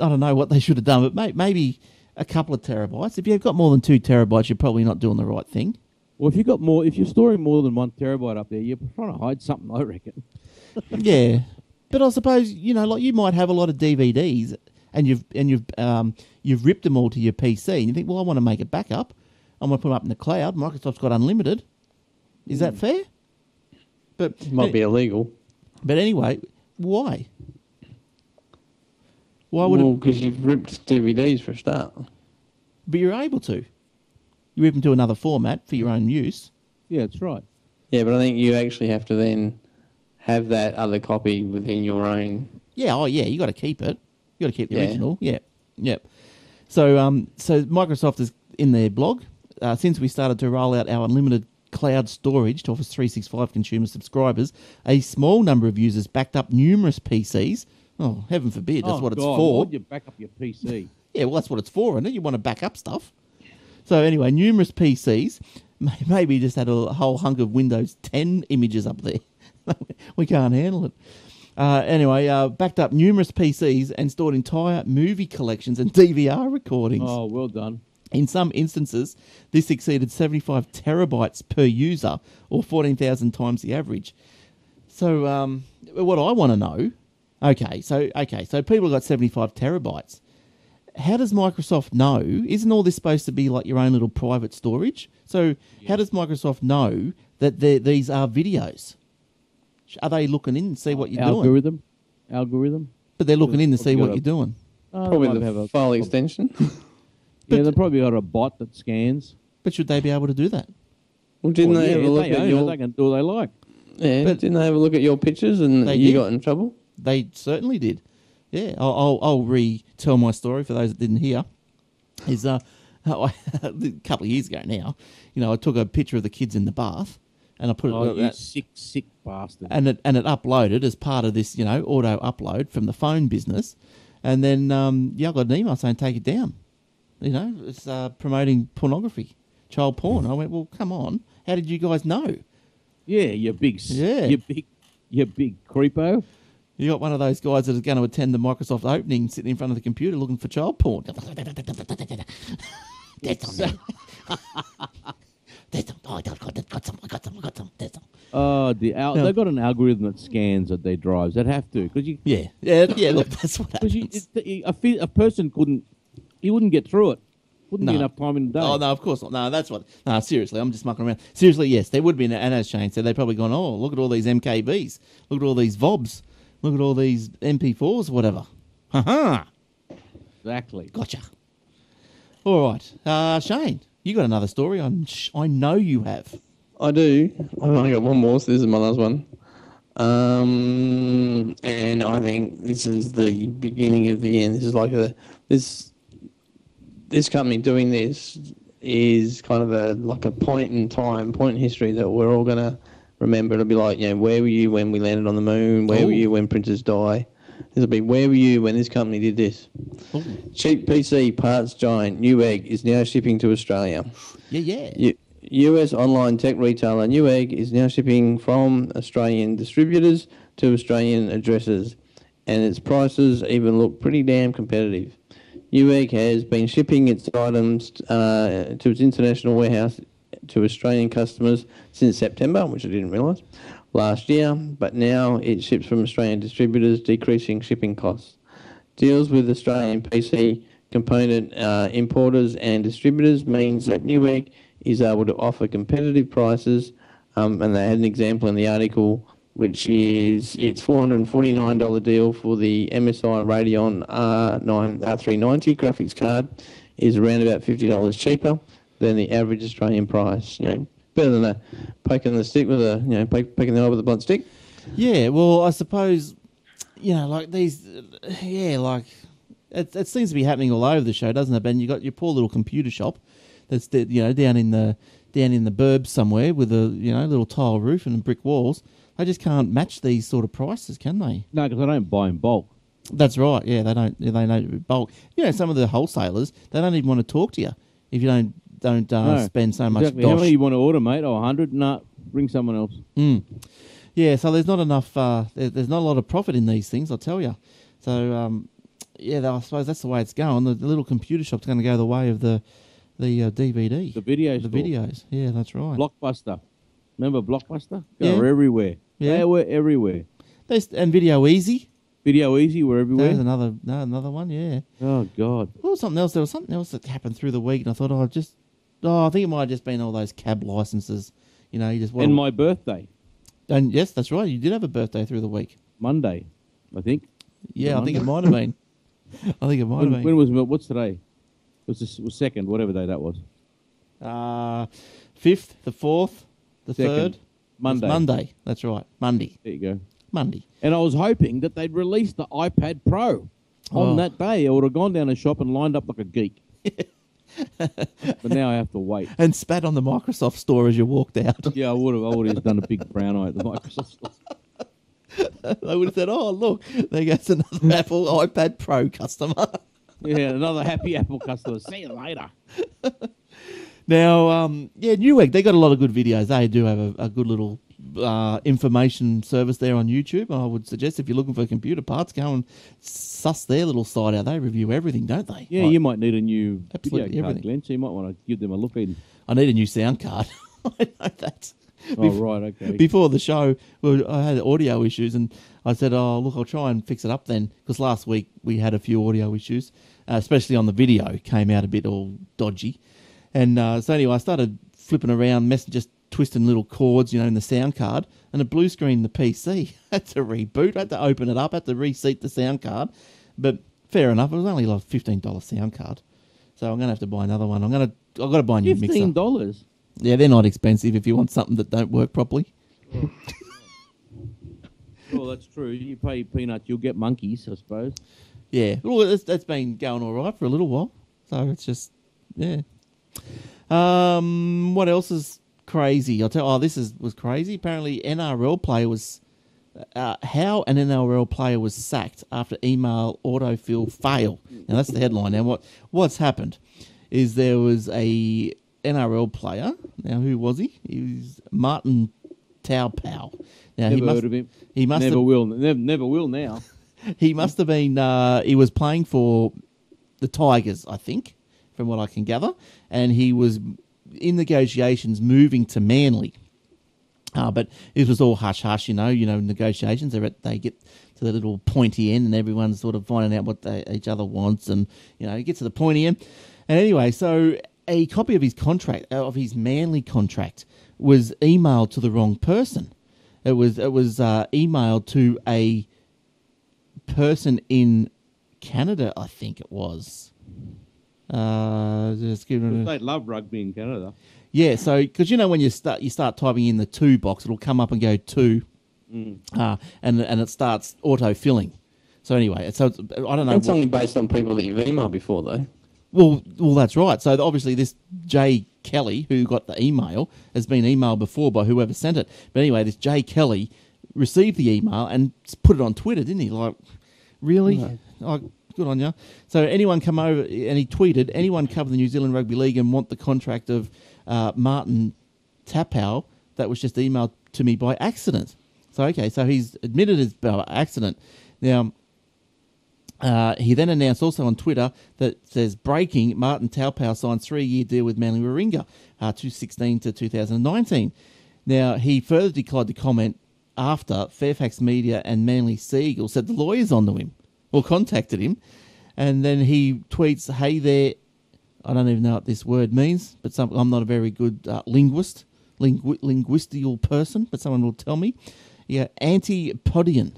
Speaker 1: I don't know what they should have done, but may, maybe a couple of terabytes. If you've got more than two terabytes, you're probably not doing the right thing.
Speaker 2: Well, if you got more, if you're storing more than one terabyte up there, you're trying to hide something. I reckon.
Speaker 1: yeah, but I suppose you know, like you might have a lot of DVDs, and you've and you've um, you've ripped them all to your PC, and you think, well, I want to make a backup. I'm going to put them up in the cloud. Microsoft's got unlimited. Is that fair? But
Speaker 3: Hmm. Might be illegal.
Speaker 1: But anyway, why? Why would
Speaker 3: Well,
Speaker 1: it?
Speaker 3: because you've ripped DVDs for a start.
Speaker 1: But you're able to. You rip them to another format for your own use.
Speaker 2: Yeah, that's right.
Speaker 3: Yeah, but I think you actually have to then have that other copy within your own.
Speaker 1: Yeah, oh yeah, you got to keep it. You got to keep the
Speaker 3: Yeah.
Speaker 1: original. Yeah, yep. So, um, so Microsoft is in their blog. Uh, since we started to roll out our unlimited cloud storage to Office 365 consumer subscribers, a small number of users backed up numerous PCs. Oh, heaven forbid, that's
Speaker 2: Oh,
Speaker 1: what it's
Speaker 2: God,
Speaker 1: for.
Speaker 2: why'd You back up your PC.
Speaker 1: Yeah, well, that's what it's for, isn't it? You want to back up stuff. So anyway, numerous PCs, may- maybe just had a whole hunk of Windows 10 images up there. we can't handle it. Uh, anyway, uh, backed up numerous PCs and stored entire movie collections and DVR recordings.
Speaker 2: oh, well done.
Speaker 1: In some instances, this exceeded 75 terabytes per user, or 14,000 times the average. So, um, what I want to know, okay, so okay, so people got 75 terabytes. How does Microsoft know? Isn't all this supposed to be like your own little private storage? So, how does Microsoft know that they're- these are videos? Are they looking in and see what you're doing?
Speaker 2: Algorithm. Algorithm.
Speaker 1: But they're looking in to see what
Speaker 2: Algorithm.
Speaker 1: you're doing.
Speaker 2: Oh, they might
Speaker 3: Probably
Speaker 2: have
Speaker 3: the
Speaker 2: a-
Speaker 3: file extension.
Speaker 2: Yeah, they probably got a bot that scans.
Speaker 1: But should they be able to do that?
Speaker 3: Well, didn't
Speaker 2: Well,
Speaker 3: they
Speaker 2: yeah,
Speaker 3: have a
Speaker 2: if
Speaker 3: look
Speaker 2: they own
Speaker 3: at
Speaker 2: it,
Speaker 3: your?
Speaker 2: They can do what they like.
Speaker 3: yeah,
Speaker 1: But-
Speaker 3: didn't they have a look at your pictures and
Speaker 1: They
Speaker 3: you
Speaker 1: did.
Speaker 3: got in trouble?
Speaker 1: They certainly did. Yeah, I'll, I'll, I'll retell my story for those that didn't hear. Is uh, a couple of years ago now, you know, I took a picture of the kids in the bath, and I put it
Speaker 2: Oh, you
Speaker 1: uh,
Speaker 2: sick, sick bastard.
Speaker 1: and it and it uploaded as part of this, you know, auto upload from the phone business, and then um, yeah, I got an email saying take it down. You know, it's uh, promoting pornography, child porn. I went, well, come on, how did you guys know?
Speaker 2: yeah, you big. s-
Speaker 1: Yeah.
Speaker 2: You big. You big creepo.
Speaker 1: You got one of those guys that is going to attend the Microsoft opening, sitting in front of the computer looking for child porn. There's some there. There's some. Oh, I got it, got some. I got some. I got some. There's some.
Speaker 2: Oh, the al-
Speaker 1: No.
Speaker 2: they've got an algorithm that scans at their drives. They'd have to because you
Speaker 1: Yeah, yeah, yeah. Look, that's what
Speaker 2: Because you,
Speaker 1: happens.
Speaker 2: it- a, fi- a person couldn't, he wouldn't get through it. Wouldn't be
Speaker 1: No.
Speaker 2: enough time in the day.
Speaker 1: Oh no, of course not. No, that's what. No, seriously, I'm just mucking around. Seriously, yes, there would be. An, and as Shane said, they've probably gone. Oh, look at all these MKBs. Look at all these VOBs. Look at all these MP4s. Whatever. Ha ha.
Speaker 2: Exactly.
Speaker 1: Gotcha. All right, uh, Shane, you got another story? I'm sh- I know you have.
Speaker 3: I do. I've only got one more, so this is my last one. Um, and I think this is the beginning of the end. This is like a this this company doing this is kind of a like a point in time, point in history that we're all gonna remember. It'll be like, you know, where were you when we landed on the moon? Where
Speaker 1: Ooh.
Speaker 3: were you when printers die? This'll be where were you when this company did this? Cheap PC parts giant Newegg is now shipping to Australia.
Speaker 1: Yeah, yeah.
Speaker 3: U- US online tech retailer Newegg is now shipping from Australian distributors to Australian addresses, and its prices even look pretty damn competitive. Newegg has been shipping its items uh, to its international warehouse to Australian customers since September, which I didn't realise, last year, but now it ships from Australian distributors, decreasing shipping costs deals with Australian PC component uh, importers and distributors means that Newegg is able to offer competitive prices. Um, and they had an example in the article, which is it's $449 deal for the MSI Radeon R9, R390 graphics card is around about $50 cheaper than the average Australian price. You know, better than a poking the stick with a, you know, poke, poking the eye with a blunt stick.
Speaker 1: Yeah, well, I suppose, you know, like these, yeah, like it, it seems to be happening all over the show, doesn't it? Ben, you got your poor little computer shop that's the, you know down in the down in the burbs somewhere with a you know little tile roof and brick walls. They just can't match these sort of prices, can they?
Speaker 2: No, because I don't buy in bulk.
Speaker 1: That's right. Yeah, they don't. They don't bulk. You know, some of the wholesalers they don't even want to talk to you if you don't don't uh,
Speaker 2: No,
Speaker 1: spend so much.
Speaker 2: Exactly. How
Speaker 1: dosh.
Speaker 2: many you want to order, mate? Oh, 100? Nah, bring someone else.
Speaker 1: Mm. Yeah, so there's not enough. Uh, there, there's not a lot of profit in these things, I tell you. So um, yeah, I suppose that's the way it's going. The, the little computer shop's going to go the way of the the uh, DVD,
Speaker 2: The video
Speaker 1: the
Speaker 2: store.
Speaker 1: videos. Yeah, that's right.
Speaker 2: Blockbuster. Remember Blockbuster?
Speaker 1: Yeah.
Speaker 2: They were everywhere.
Speaker 1: Yeah.
Speaker 2: They were everywhere.
Speaker 1: There's, and Video Easy.
Speaker 2: Video Easy were
Speaker 1: There's
Speaker 2: everywhere.
Speaker 1: another no, another one. Yeah.
Speaker 2: Oh, God.
Speaker 1: What was something else? There was something else that happened through the week, and I thought, oh, just oh, I think it might have just been all those cab licenses. You know, you just
Speaker 2: and my birthday,
Speaker 1: and yes, that's right. You did have a birthday through the week.
Speaker 2: Monday, I think.
Speaker 1: Yeah, I think it
Speaker 2: Monday.
Speaker 1: might have been. I think it might have
Speaker 2: When,
Speaker 1: been.
Speaker 2: when was what's today? It was the s- was second, whatever day that was.
Speaker 1: Uh, fifth, the fourth, the
Speaker 2: Second.
Speaker 1: third.
Speaker 2: Monday.
Speaker 1: It's Monday. That's right. Monday.
Speaker 2: There you go.
Speaker 1: Monday.
Speaker 2: And I was hoping that they'd release the iPad Pro on
Speaker 1: Oh.
Speaker 2: that day. I would have gone down a shop and lined up like a geek. but now I have to wait.
Speaker 1: And spat on the Microsoft store as you walked out.
Speaker 2: Yeah, I would have. I would have done a big brown eye at the Microsoft. store.
Speaker 1: they would have said, "Oh, look, there goes another Apple iPad Pro customer."
Speaker 2: Yeah, another happy Apple customer. See you later.
Speaker 1: now, um, yeah, Newegg they got a lot of good videos. They do have a, a good little uh, information service there on YouTube. And I would suggest if you're looking for computer parts, go and suss their little site out. They review everything, don't they?
Speaker 2: Yeah,
Speaker 1: Like,
Speaker 2: you might need a new
Speaker 1: Absolutely
Speaker 2: video card,
Speaker 1: everything.
Speaker 2: Glenn. So you might want to give them a look in.
Speaker 1: I need a new sound card. I know that.
Speaker 2: Oh, right, okay.
Speaker 1: Before the show, we were, I had audio issues, and I said, "Oh, look, I'll try and fix it up then." Because last week we had a few audio issues, uh, especially on the video, It came out a bit all dodgy. And uh, so anyway, I started flipping around, mess, just twisting little cords, you know, in the sound card, and it blue screened the PC. had to reboot, had to open it up, had to reseat the sound card. But fair enough, it was only like fifteen dollar sound card. So I'm gonna have to buy another one. I'm gonna, I've got to buy a new mixer.
Speaker 2: Fifteen dollars.
Speaker 1: Yeah, they're not expensive if you want something that don't work properly.
Speaker 2: Well, that's true. You pay peanut, you'll get monkeys, I suppose.
Speaker 1: Yeah, well, that's, that's been going all right for a little while. So it's just, yeah. Um, what else is crazy? I'll tell. Oh, this is was crazy. Apparently, NRL player was uh, how an NRL player was sacked after email autofill fail. Now that's the headline. Now what what's happened is there was a NRL player. Now who was he? He was Martin Taupau. Now he
Speaker 2: Never
Speaker 1: must,
Speaker 2: heard of him.
Speaker 1: He must
Speaker 2: never
Speaker 1: have,
Speaker 2: will. Never, never will now.
Speaker 1: he must have been. Uh, he was playing for the Tigers, I think, from what I can gather, and he was in negotiations moving to Manly. Uh, but this was all hush hush, you know. You know, negotiations they're at, they get to the little pointy end, and everyone's sort of finding out what they, each other wants, and you know, you get to the pointy end. And anyway, so a copy of his contract, uh, of his Manly contract, was emailed to the wrong person. It was it was uh, emailed to a person in Canada, I think it was. Uh, just give it a-
Speaker 2: They love rugby in Canada.
Speaker 1: yeah, so because you know when you start you start typing in the two box, it'll come up and go two, uh, and and it starts auto filling. So anyway, so it's, I don't know.
Speaker 3: That's
Speaker 1: what-
Speaker 3: only based on people that you've emailed before, though.
Speaker 1: well, well, that's right. So obviously, this Jay Kelly who got the email has been emailed before by whoever sent it. But anyway, this Jay Kelly received the email and s- put it on Twitter, didn't he? Like, really? Oh, good on you. So anyone come over and he tweeted, anyone cover the New Zealand Rugby League and want the contract of uh, Martin Tapau that was just emailed to me by accident. So okay, so he's admitted it's by accident. Now. Uh, he then announced also on Twitter that says breaking Martin Taupau signs three year deal with Manly Warringah, uh, 2016 to 2019. Now, he further declined to comment after Fairfax Media and Manly Seagull said the lawyers onto him or contacted him. And then he tweets, Hey there, I don't even know what this word means, but some, I'm not a very good uh, linguist, lingu- linguistical person, but someone will tell me. Yeah, antipodian.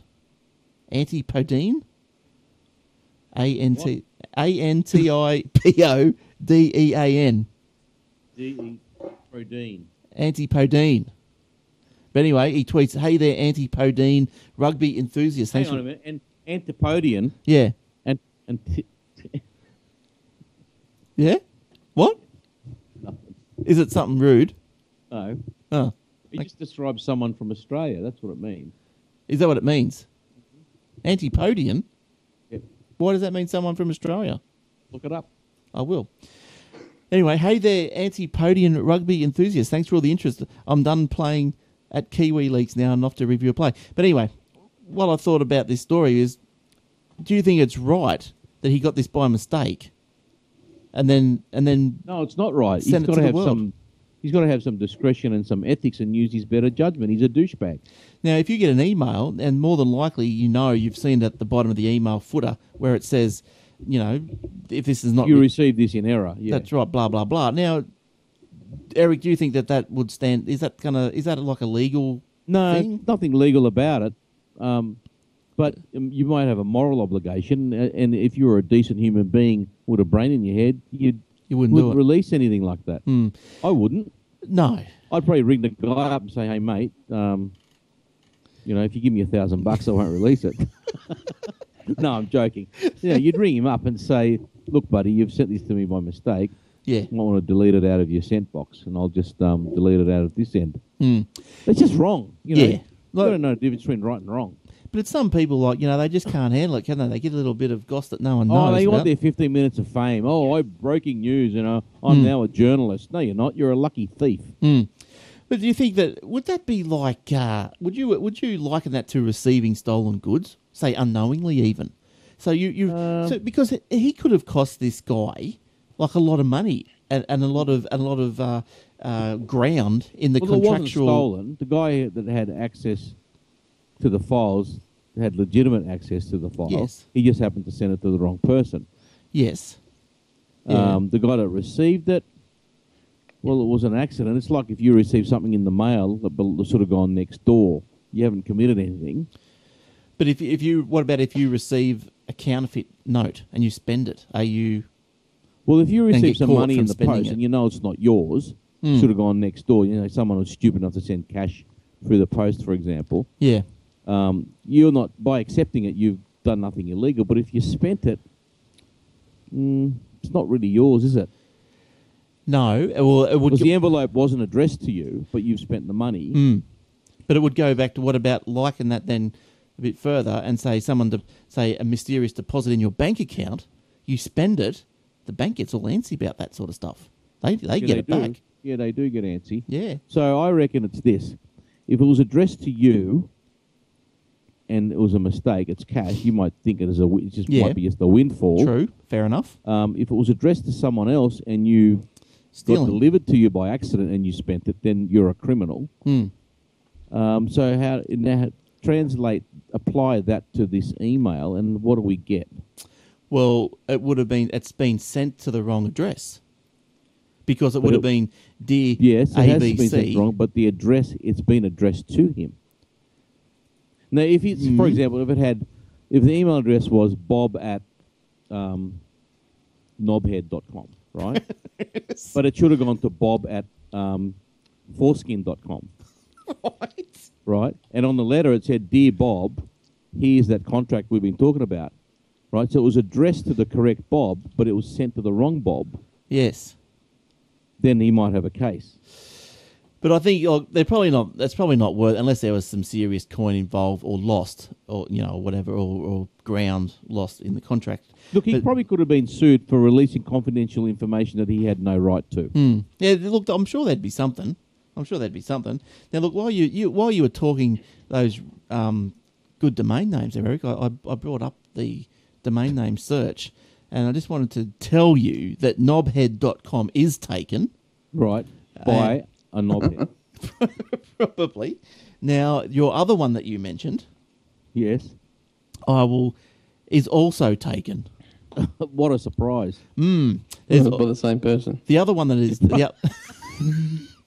Speaker 1: Antipodine? A N T A N T I P O D E A N.
Speaker 2: D E Prodean.
Speaker 1: Antipodine. But anyway, he tweets, "Hey there, Antipodine rugby enthusiast."
Speaker 2: Hang
Speaker 1: Thanks
Speaker 2: on
Speaker 1: for-
Speaker 2: a minute. An- Antipodean
Speaker 1: Yeah,
Speaker 2: and and t-
Speaker 1: yeah. What
Speaker 2: nothing.
Speaker 1: is it? Something rude?
Speaker 2: No,
Speaker 1: Oh,
Speaker 2: it just describes someone from Australia. That's what it means.
Speaker 1: is that what it means? Antipodian.
Speaker 2: Yep.
Speaker 1: Why does that mean someone from Australia?
Speaker 2: Look it up.
Speaker 1: I will. Anyway, hey there, Antipodian rugby enthusiasts. Thanks for all the interest. I'm done playing at Kiwi Leagues now and off to review a play. But anyway, what I thought about this story is do you think it's right that he got this by mistake? And then, and then,
Speaker 2: No, it's not right.
Speaker 1: Send it
Speaker 2: he's
Speaker 1: to
Speaker 2: got to
Speaker 1: the
Speaker 2: have
Speaker 1: world.
Speaker 2: some. He's got to have some discretion and some ethics and use his better judgment. He's a douchebag.
Speaker 1: now if you get an email, and more than likely you know you've seen at the bottom of the email footer where it says, you know, if this is not
Speaker 2: You
Speaker 1: re-
Speaker 2: received this in error. Yeah.
Speaker 1: That's right. Blah blah blah. Now, Eric, do you think that that would stand? Is that gonna? Is that like a legal?
Speaker 2: No,
Speaker 1: thing?
Speaker 2: nothing legal about it. Um, but um, you might have a moral obligation, a- and if you were a decent human being with a brain in your head, you'd
Speaker 1: You wouldn't do
Speaker 2: wouldn't
Speaker 1: it.
Speaker 2: release anything like that.
Speaker 1: Hmm.
Speaker 2: I wouldn't.
Speaker 1: No.
Speaker 2: I'd probably ring the guy up and say, "Hey, mate, um, you know, if you give me a thousand bucks, I won't release it." no, I'm joking. You know, you'd ring him up and say, "Look, buddy, you've sent this to me by mistake.
Speaker 1: Yeah.
Speaker 2: I want to delete it out of your sent box, and I'll just um, delete it out of this end."
Speaker 1: Hmm.
Speaker 2: It's just wrong. You know?
Speaker 1: Yeah.
Speaker 2: you don't know the difference between right and wrong.
Speaker 1: But it's some people like you know they just can't handle it, can they? They get a little bit of gossip that no one knows.
Speaker 2: oh, they want
Speaker 1: about.
Speaker 2: their 15 minutes of fame. Oh, I breaking news, and uh, I'm
Speaker 1: Hmm.
Speaker 2: now a journalist. No, you're not. You're a lucky thief.
Speaker 1: Hmm. But do you think that would that be like? Uh, would you would you liken that to receiving stolen goods, say unknowingly even? So you you
Speaker 2: Um,
Speaker 1: so because he- he could have cost this guy like a lot of money and, and a lot of and a lot of uh, uh, ground in the
Speaker 2: well, it wasn't
Speaker 1: contractual.
Speaker 2: stolen. The guy that had access to the files had legitimate access to the files.
Speaker 1: Yes.
Speaker 2: He just happened to send it to the wrong person.
Speaker 1: Yes. Yeah.
Speaker 2: Um, the guy that received it, well, it was an accident. It's like if you receive something in the mail that bel- that's sort of gone next door. You haven't committed anything.
Speaker 1: But if if you what about if you receive a counterfeit note and you spend it? Are you
Speaker 2: Well, if you
Speaker 1: get
Speaker 2: receive some
Speaker 1: caught
Speaker 2: money
Speaker 1: from
Speaker 2: in the
Speaker 1: spending
Speaker 2: post
Speaker 1: it.
Speaker 2: and you know it's not yours,
Speaker 1: Hmm.
Speaker 2: should have gone next door. You know, someone was stupid enough to send cash through the post, for example.
Speaker 1: yeah
Speaker 2: um, you're not by accepting it you've done nothing illegal but if you spent it mm, it's not really yours is it
Speaker 1: no? Well, it would
Speaker 2: because the hmm. envelope wasn't addressed to you but you've spent the money
Speaker 1: Mm. But it would go back to what about liken that then a bit further and say someone to say a mysterious deposit in your bank account, you spend it, the bank gets all antsy about that sort of stuff. They they
Speaker 2: Yeah,
Speaker 1: get it
Speaker 2: do.
Speaker 1: back.
Speaker 2: yeah they do get antsy
Speaker 1: Yeah.
Speaker 2: so i reckon it's this if it was addressed to you and it was a mistake it's cash you might think it is a wi- it just
Speaker 1: Yeah.
Speaker 2: might be just a windfall
Speaker 1: True. Fair enough.
Speaker 2: Um, if it was addressed to someone else and you got
Speaker 1: Stealing.
Speaker 2: delivered to you by accident and you spent it then you're a criminal
Speaker 1: Mm.
Speaker 2: Um, so how now translate apply that to this email, and what do we get?
Speaker 1: Well, it would have been it's been sent to the wrong address. Because it would have
Speaker 2: it-
Speaker 1: been dear
Speaker 2: Yes, it has been
Speaker 1: ABC.
Speaker 2: sent wrong, but the address it's been addressed to him. Now, if it's for
Speaker 1: Mhm.
Speaker 2: example, if it had, if the email address was bob at um, knobhead.com, right? but it should have gone to bob at um, foreskin.com.
Speaker 1: Right.
Speaker 2: right? And on the letter it said, "Dear Bob, here's that contract we've been talking about." Right? So it was addressed to the correct Bob, but it was sent to the wrong Bob.
Speaker 1: Yes.
Speaker 2: Then he might have a case.
Speaker 1: But I think oh, they're probably not. That's probably not worth unless there was some serious coin involved or lost or you know whatever or, or ground lost in the contract.
Speaker 2: Look, he
Speaker 1: But-
Speaker 2: probably could have been sued for releasing confidential information that he had no right to.
Speaker 1: Hmm. Yeah, look, I'm sure there'd be something. I'm sure there'd be something. Now, look, while you, you while you were talking those um, good domain names, there, Eric, I, I, I brought up the domain name search, and I just wanted to tell you that knobhead.com is taken.
Speaker 2: Right?
Speaker 1: Uh,
Speaker 2: By a knobhead.
Speaker 1: Probably. Now, your other one that you mentioned,
Speaker 2: yes.
Speaker 1: I will is also taken.
Speaker 2: what a surprise!
Speaker 1: There's-
Speaker 3: by the same person.
Speaker 1: the other one that is the, o-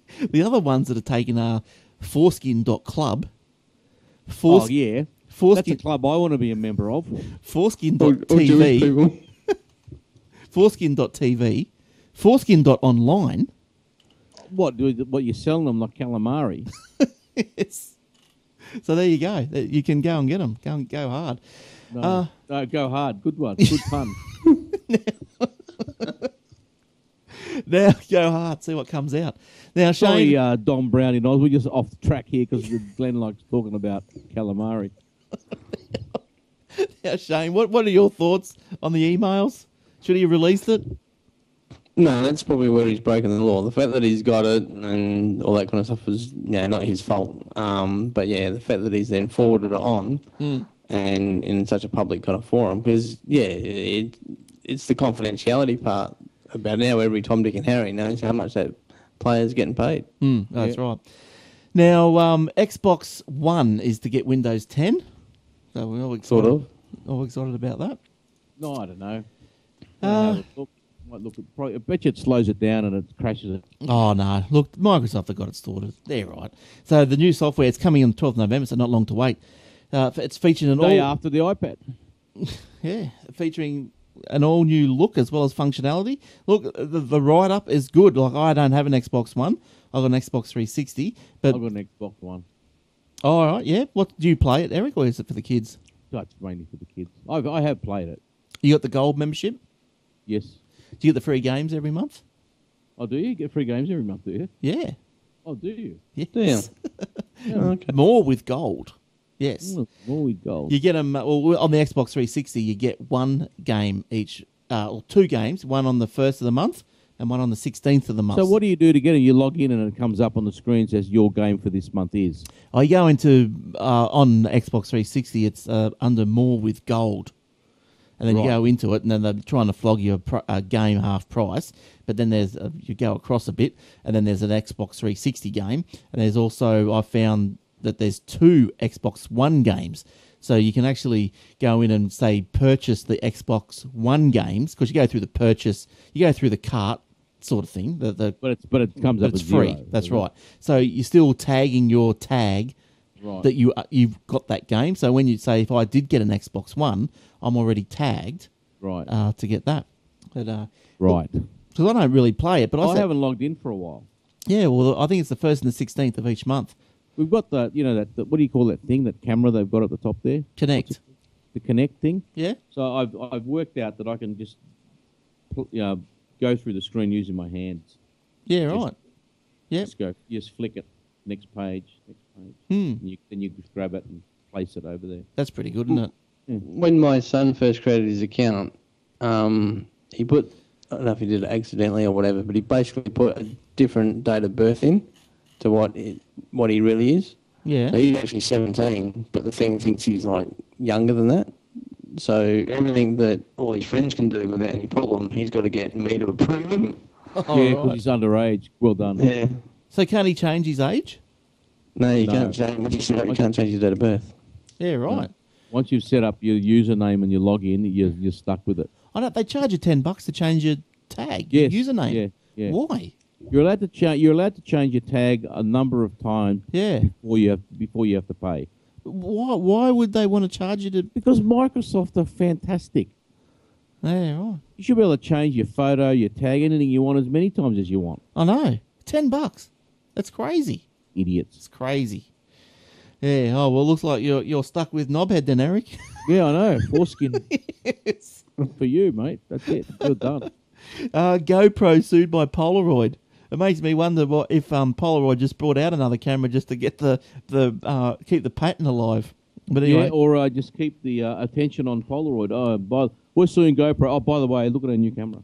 Speaker 1: the other ones that are taken are foreskin.club.
Speaker 2: Oh
Speaker 1: Foreskin,
Speaker 2: yeah, that's a
Speaker 1: foreskin,
Speaker 2: club Oh, I want to be a member of.
Speaker 3: Or, or Jewish
Speaker 1: foreskin.tv,
Speaker 3: people.
Speaker 1: foreskin.tv, foreskin.online.
Speaker 2: What? do What you're selling them like calamari?
Speaker 1: Yes. So there you go. That- You can go and get them. Go and go hard.
Speaker 2: No,
Speaker 1: Uh,
Speaker 2: no, go hard. Good one. Good pun.
Speaker 1: Now go hard. See what comes out. Now Shane.
Speaker 2: Sorry, uh, Don Brownie. Noz. We're just off the track here because Glenn likes talking about calamari.
Speaker 1: Now, Shane, what, what are your thoughts on the emails? Should he have released it?
Speaker 3: No, that's probably where he's broken the law. The fact that he's got it and all that kind of stuff was yeah, not his fault. Um, but yeah, the fact that he's then forwarded it on and in such a public kind of forum because yeah, it, it's the confidentiality part about now. Every Tom, Dick, and Harry knows how much that player's getting paid.
Speaker 1: Hmm, that's right. Now, um, Xbox One is to get Windows 10. So we're all excited,
Speaker 3: Sort of.
Speaker 1: all excited about that.
Speaker 2: No, I don't know.
Speaker 1: Uh,
Speaker 2: Might look, might look at- probably, I bet you it slows it down and it crashes it.
Speaker 1: Oh, no. Look, Microsoft have got it sorted. They're right. So the new software, it's coming on the 12th of November, so not long to wait. Uh, it's featuring an
Speaker 2: Day
Speaker 1: all,
Speaker 2: after the iPad.
Speaker 1: yeah, featuring an all new look as well as functionality. Look, the, the write up is good. Like I don't have an Xbox One, I've got an Xbox 360, but
Speaker 2: I've got an Xbox One.
Speaker 1: Oh, all right, yeah. What do you play it, Eric, or is it for the kids?
Speaker 2: So it's mainly for the kids. I've, I have played it.
Speaker 1: You got the gold membership?
Speaker 2: Yes.
Speaker 1: Do you get the free games every month?
Speaker 2: Oh, do you get free games every month? Do you?
Speaker 1: Yeah.
Speaker 2: Oh, do you?
Speaker 1: Yes.
Speaker 3: Okay.
Speaker 1: More with gold. Yes.
Speaker 2: Mm, More with gold.
Speaker 1: You get them well, on the Xbox 360. You get one game each, uh, or two games. One on the first of the month, and one on the 16th of the month.
Speaker 2: So what do you do to get it? You log in and it comes up on the screen says your game for this month is.
Speaker 1: I go into uh, on Xbox 360. It's uh, under more with gold, and then
Speaker 2: Right.
Speaker 1: you go into it, and then they're trying to flog you a, pro- a game half price. But then there's uh you go across a bit, and then there's an Xbox 360 game, and there's also I found that there's two Xbox One games. So you can actually go in and say purchase the Xbox One games because you go through the purchase, you go through the cart sort of thing, the, the
Speaker 2: But it's but it comes up
Speaker 1: but it's
Speaker 2: as zero.
Speaker 1: free. That's
Speaker 2: So
Speaker 1: right. So you're still tagging your tag
Speaker 2: Right.
Speaker 1: that you uh, you've got that game. So when you say if I did get an Xbox One, I'm already tagged
Speaker 2: Right.
Speaker 1: uh, to get that. But uh,
Speaker 2: right.
Speaker 1: because I don't really play it, but I,
Speaker 2: Oh, I
Speaker 1: say-
Speaker 2: haven't logged in for a while.
Speaker 1: Yeah, well, I think it's the first and the sixteenth of each month.
Speaker 2: We've got the you know that the, what do you call that thing that camera they've got at the top there,
Speaker 1: Connect.
Speaker 2: the Connect thing.
Speaker 1: Yeah.
Speaker 2: So I've I've worked out that I can just pl- you know, go through the screen using my hands.
Speaker 1: Yeah. Right. Yep.
Speaker 2: Just go, just flick it. Next page. Next page.
Speaker 1: Hmm.
Speaker 2: And you, then you just grab it and place it over there.
Speaker 1: That's pretty good, isn't it?
Speaker 3: when my son first created his account, um, he put I don't know if he did it accidentally or whatever, but he basically put a different date of birth in to what it, what he really is. So
Speaker 1: Yeah.
Speaker 3: he's actually 17, but the thing thinks he's like younger than that. So everything that all his friends can do without any problem, he's got to get me to approve him.
Speaker 1: Oh,
Speaker 2: yeah, because he's underage. Well done.
Speaker 3: Yeah.
Speaker 1: So can't he change his age?
Speaker 3: No, you
Speaker 2: No.
Speaker 3: can't change. You said you can't change your date of birth.
Speaker 1: Yeah. Right.
Speaker 2: Once you've set up your username and you log in, you're, you're stuck with it.
Speaker 1: I don't. They charge you ten bucks to change your tag, your
Speaker 2: Yes,
Speaker 1: username.
Speaker 2: yeah, yeah.
Speaker 1: Why?
Speaker 2: You're allowed to change. You're allowed to change your tag a number of times
Speaker 1: Yeah.
Speaker 2: before you have, before you have to pay.
Speaker 1: Why? Why would they want to charge you to?
Speaker 2: Because Microsoft are fantastic.
Speaker 1: Yeah. Right.
Speaker 2: You should be able to change your photo, your tag, anything you want as many times as you want.
Speaker 1: I know. Ten bucks. That's crazy.
Speaker 2: Idiots.
Speaker 1: It's crazy. Yeah. Oh well, looks like you're you're stuck with knobhead then, Eric.
Speaker 2: Yeah, I know. Foreskin for you, mate. That's it. You're done.
Speaker 1: Uh, GoPro sued by Polaroid. It makes me wonder what if um, Polaroid just brought out another camera just to get the the uh, keep the patent alive. But anyway,
Speaker 2: Yeah, or uh, just keep the uh, attention on Polaroid. Oh, by we're suing GoPro. Oh, by the way, look at our new camera.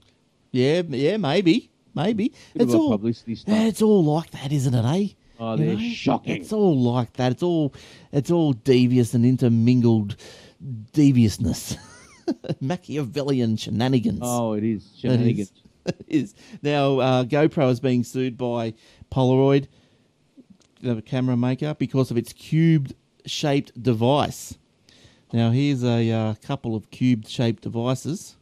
Speaker 1: yeah, yeah, maybe, maybe.
Speaker 2: Bit
Speaker 1: It's
Speaker 2: of a
Speaker 1: all
Speaker 2: publicity stuff.
Speaker 1: Yeah, it's all like that, isn't it? Eh?
Speaker 2: Oh,
Speaker 1: You
Speaker 2: they're shocking.
Speaker 1: It's all like that. It's all it's all devious and intermingled deviousness, Machiavellian shenanigans.
Speaker 2: Oh, it is
Speaker 1: That
Speaker 2: shenanigans.
Speaker 1: is- that is. Now, uh, GoPro is being sued by Polaroid, the camera maker, because of its cubed shaped device. Now, here's a uh, couple of cubed shaped devices.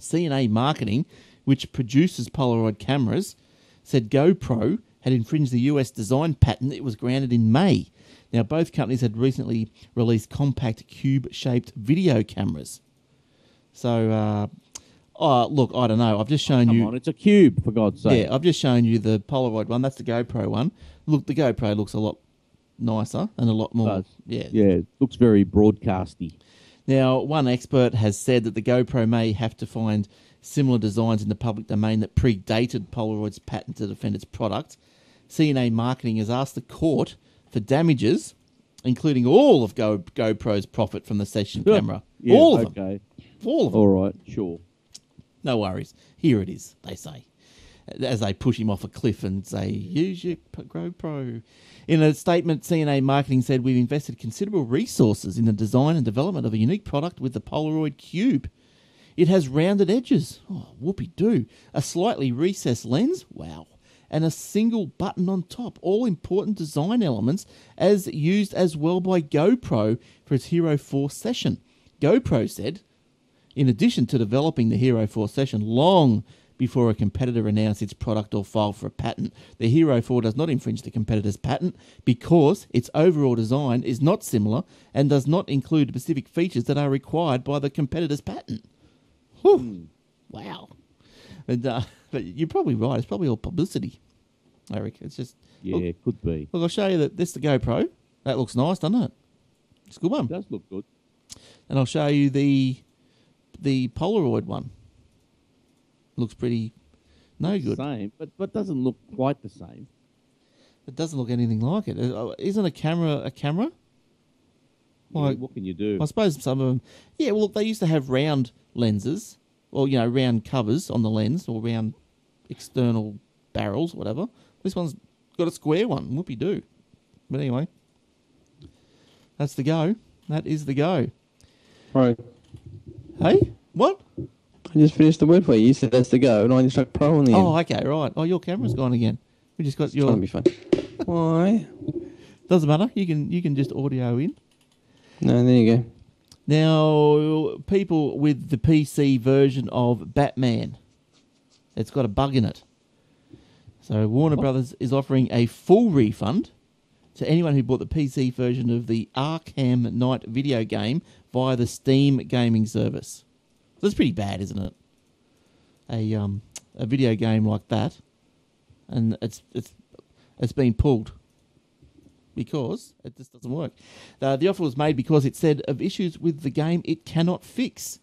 Speaker 1: CNA Marketing, which produces Polaroid cameras, said GoPro had infringed the US design patent that was granted in May. Now, both companies had recently released compact cube shaped video cameras. So, uh, oh, look, I don't know. I've just shown
Speaker 2: Come
Speaker 1: you.
Speaker 2: on, it's a cube for God's sake.
Speaker 1: Yeah, I've just shown you the Polaroid one. That's the GoPro one. Look, the GoPro looks a lot nicer and a lot more.
Speaker 2: Does.
Speaker 1: oh, yeah.
Speaker 2: yeah, it looks very broadcasty.
Speaker 1: Now, one expert has said that the GoPro may have to find similar designs in the public domain that predated Polaroid's patent to defend its product. CNA Marketing has asked the court for damages, including all of Go- GoPro's profit from the session camera.
Speaker 2: Yeah,
Speaker 1: all of them.
Speaker 2: okay.
Speaker 1: All of them.
Speaker 2: All right, sure.
Speaker 1: No worries. Here it is, they say, as they push him off a cliff and say, use your P- GoPro. In a statement, CNA Marketing said, We've invested considerable resources in the design and development of a unique product with the Polaroid Cube. It has rounded edges, oh, whoopee doo, a slightly recessed lens, wow, and a single button on top. All important design elements as used as well by GoPro for its Hero 4 session. GoPro said, in addition to developing the Hero 4 session long before a competitor announced its product or filed for a patent, the Hero 4 does not infringe the competitor's patent because its overall design is not similar and does not include specific features that are required by the competitor's patent. Whew. Wow. And, uh, but you're probably right. It's probably all publicity, Eric. It's just.
Speaker 2: Yeah,
Speaker 1: Look,
Speaker 2: it could be.
Speaker 1: look, I'll show you that this is the GoPro. That looks nice, doesn't it? It's a good one
Speaker 2: It does look good.
Speaker 1: and I'll show you the the Polaroid one. Looks pretty no good.
Speaker 2: Same, but but doesn't look quite the same.
Speaker 1: It doesn't look anything like it. Uh, Isn't a camera a camera?
Speaker 2: Yeah,
Speaker 1: Like-
Speaker 2: what can you do?
Speaker 1: I suppose some of them. Yeah, well, look, they used to have round lenses, or you know, round covers on the lens, or round external barrels, whatever. This one's got a square one. Whoopie doo. But anyway, that's the go. That is the go.
Speaker 3: Right.
Speaker 1: Hey, what?
Speaker 3: I just finished the word for you. You said that's the go, and I just like pro on the
Speaker 1: Oh,
Speaker 3: end.
Speaker 1: okay, right. Oh, your camera's gone again. We just got
Speaker 3: It's
Speaker 1: your.
Speaker 3: gonna be fun. Why?
Speaker 1: Doesn't matter. You can you can just audio in.
Speaker 3: No, there you go.
Speaker 1: Now, people with the PC version of Batman, it's got a bug in it. So Warner Brothers is offering a full refund to anyone who bought the PC version of the Arkham Knight video game via the Steam gaming service. That's pretty bad, isn't it? A um a video game like that, and it's it's it's been pulled because it just doesn't work. Uh, the offer was made because it said of issues with the game it cannot fix.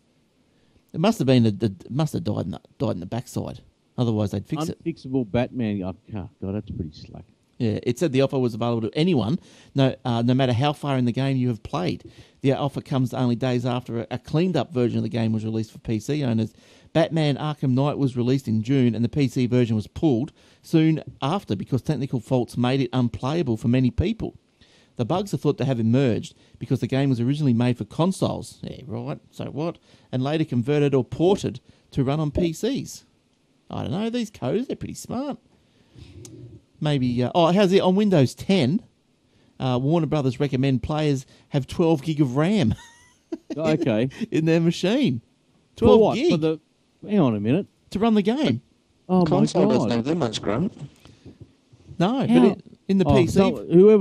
Speaker 1: It must have been a, the must have died in the, died in the backside. Otherwise, they'd fix it.
Speaker 2: Unfixable Batman. Oh, God, God, that's pretty slack.
Speaker 1: Yeah, it said the offer was available to anyone, no, uh, no matter how far in the game you have played. The offer comes only days after a, a cleaned up version of the game was released for PC owners. Batman Arkham Knight was released in June, and the PC version was pulled soon after because technical faults made it unplayable for many people. The bugs are thought to have emerged because the game was originally made for consoles. Yeah, right, so what? And later converted or ported to run on PCs. I don't know, these coders, they're pretty smart maybe. Uh, oh, how's it on Windows 10? Uh, Warner Brothers recommend players have 12 gig of RAM
Speaker 2: Okay.
Speaker 1: in their machine.
Speaker 2: For
Speaker 1: 12
Speaker 2: what?
Speaker 1: gig
Speaker 2: For the, hang on a minute.
Speaker 1: to run the game.
Speaker 2: Oh,
Speaker 3: Console
Speaker 2: my
Speaker 3: doesn't
Speaker 2: God.
Speaker 3: have that much grunt.
Speaker 1: No,
Speaker 2: How?
Speaker 1: but it, in the
Speaker 2: Oh,
Speaker 1: PC.
Speaker 2: so whoever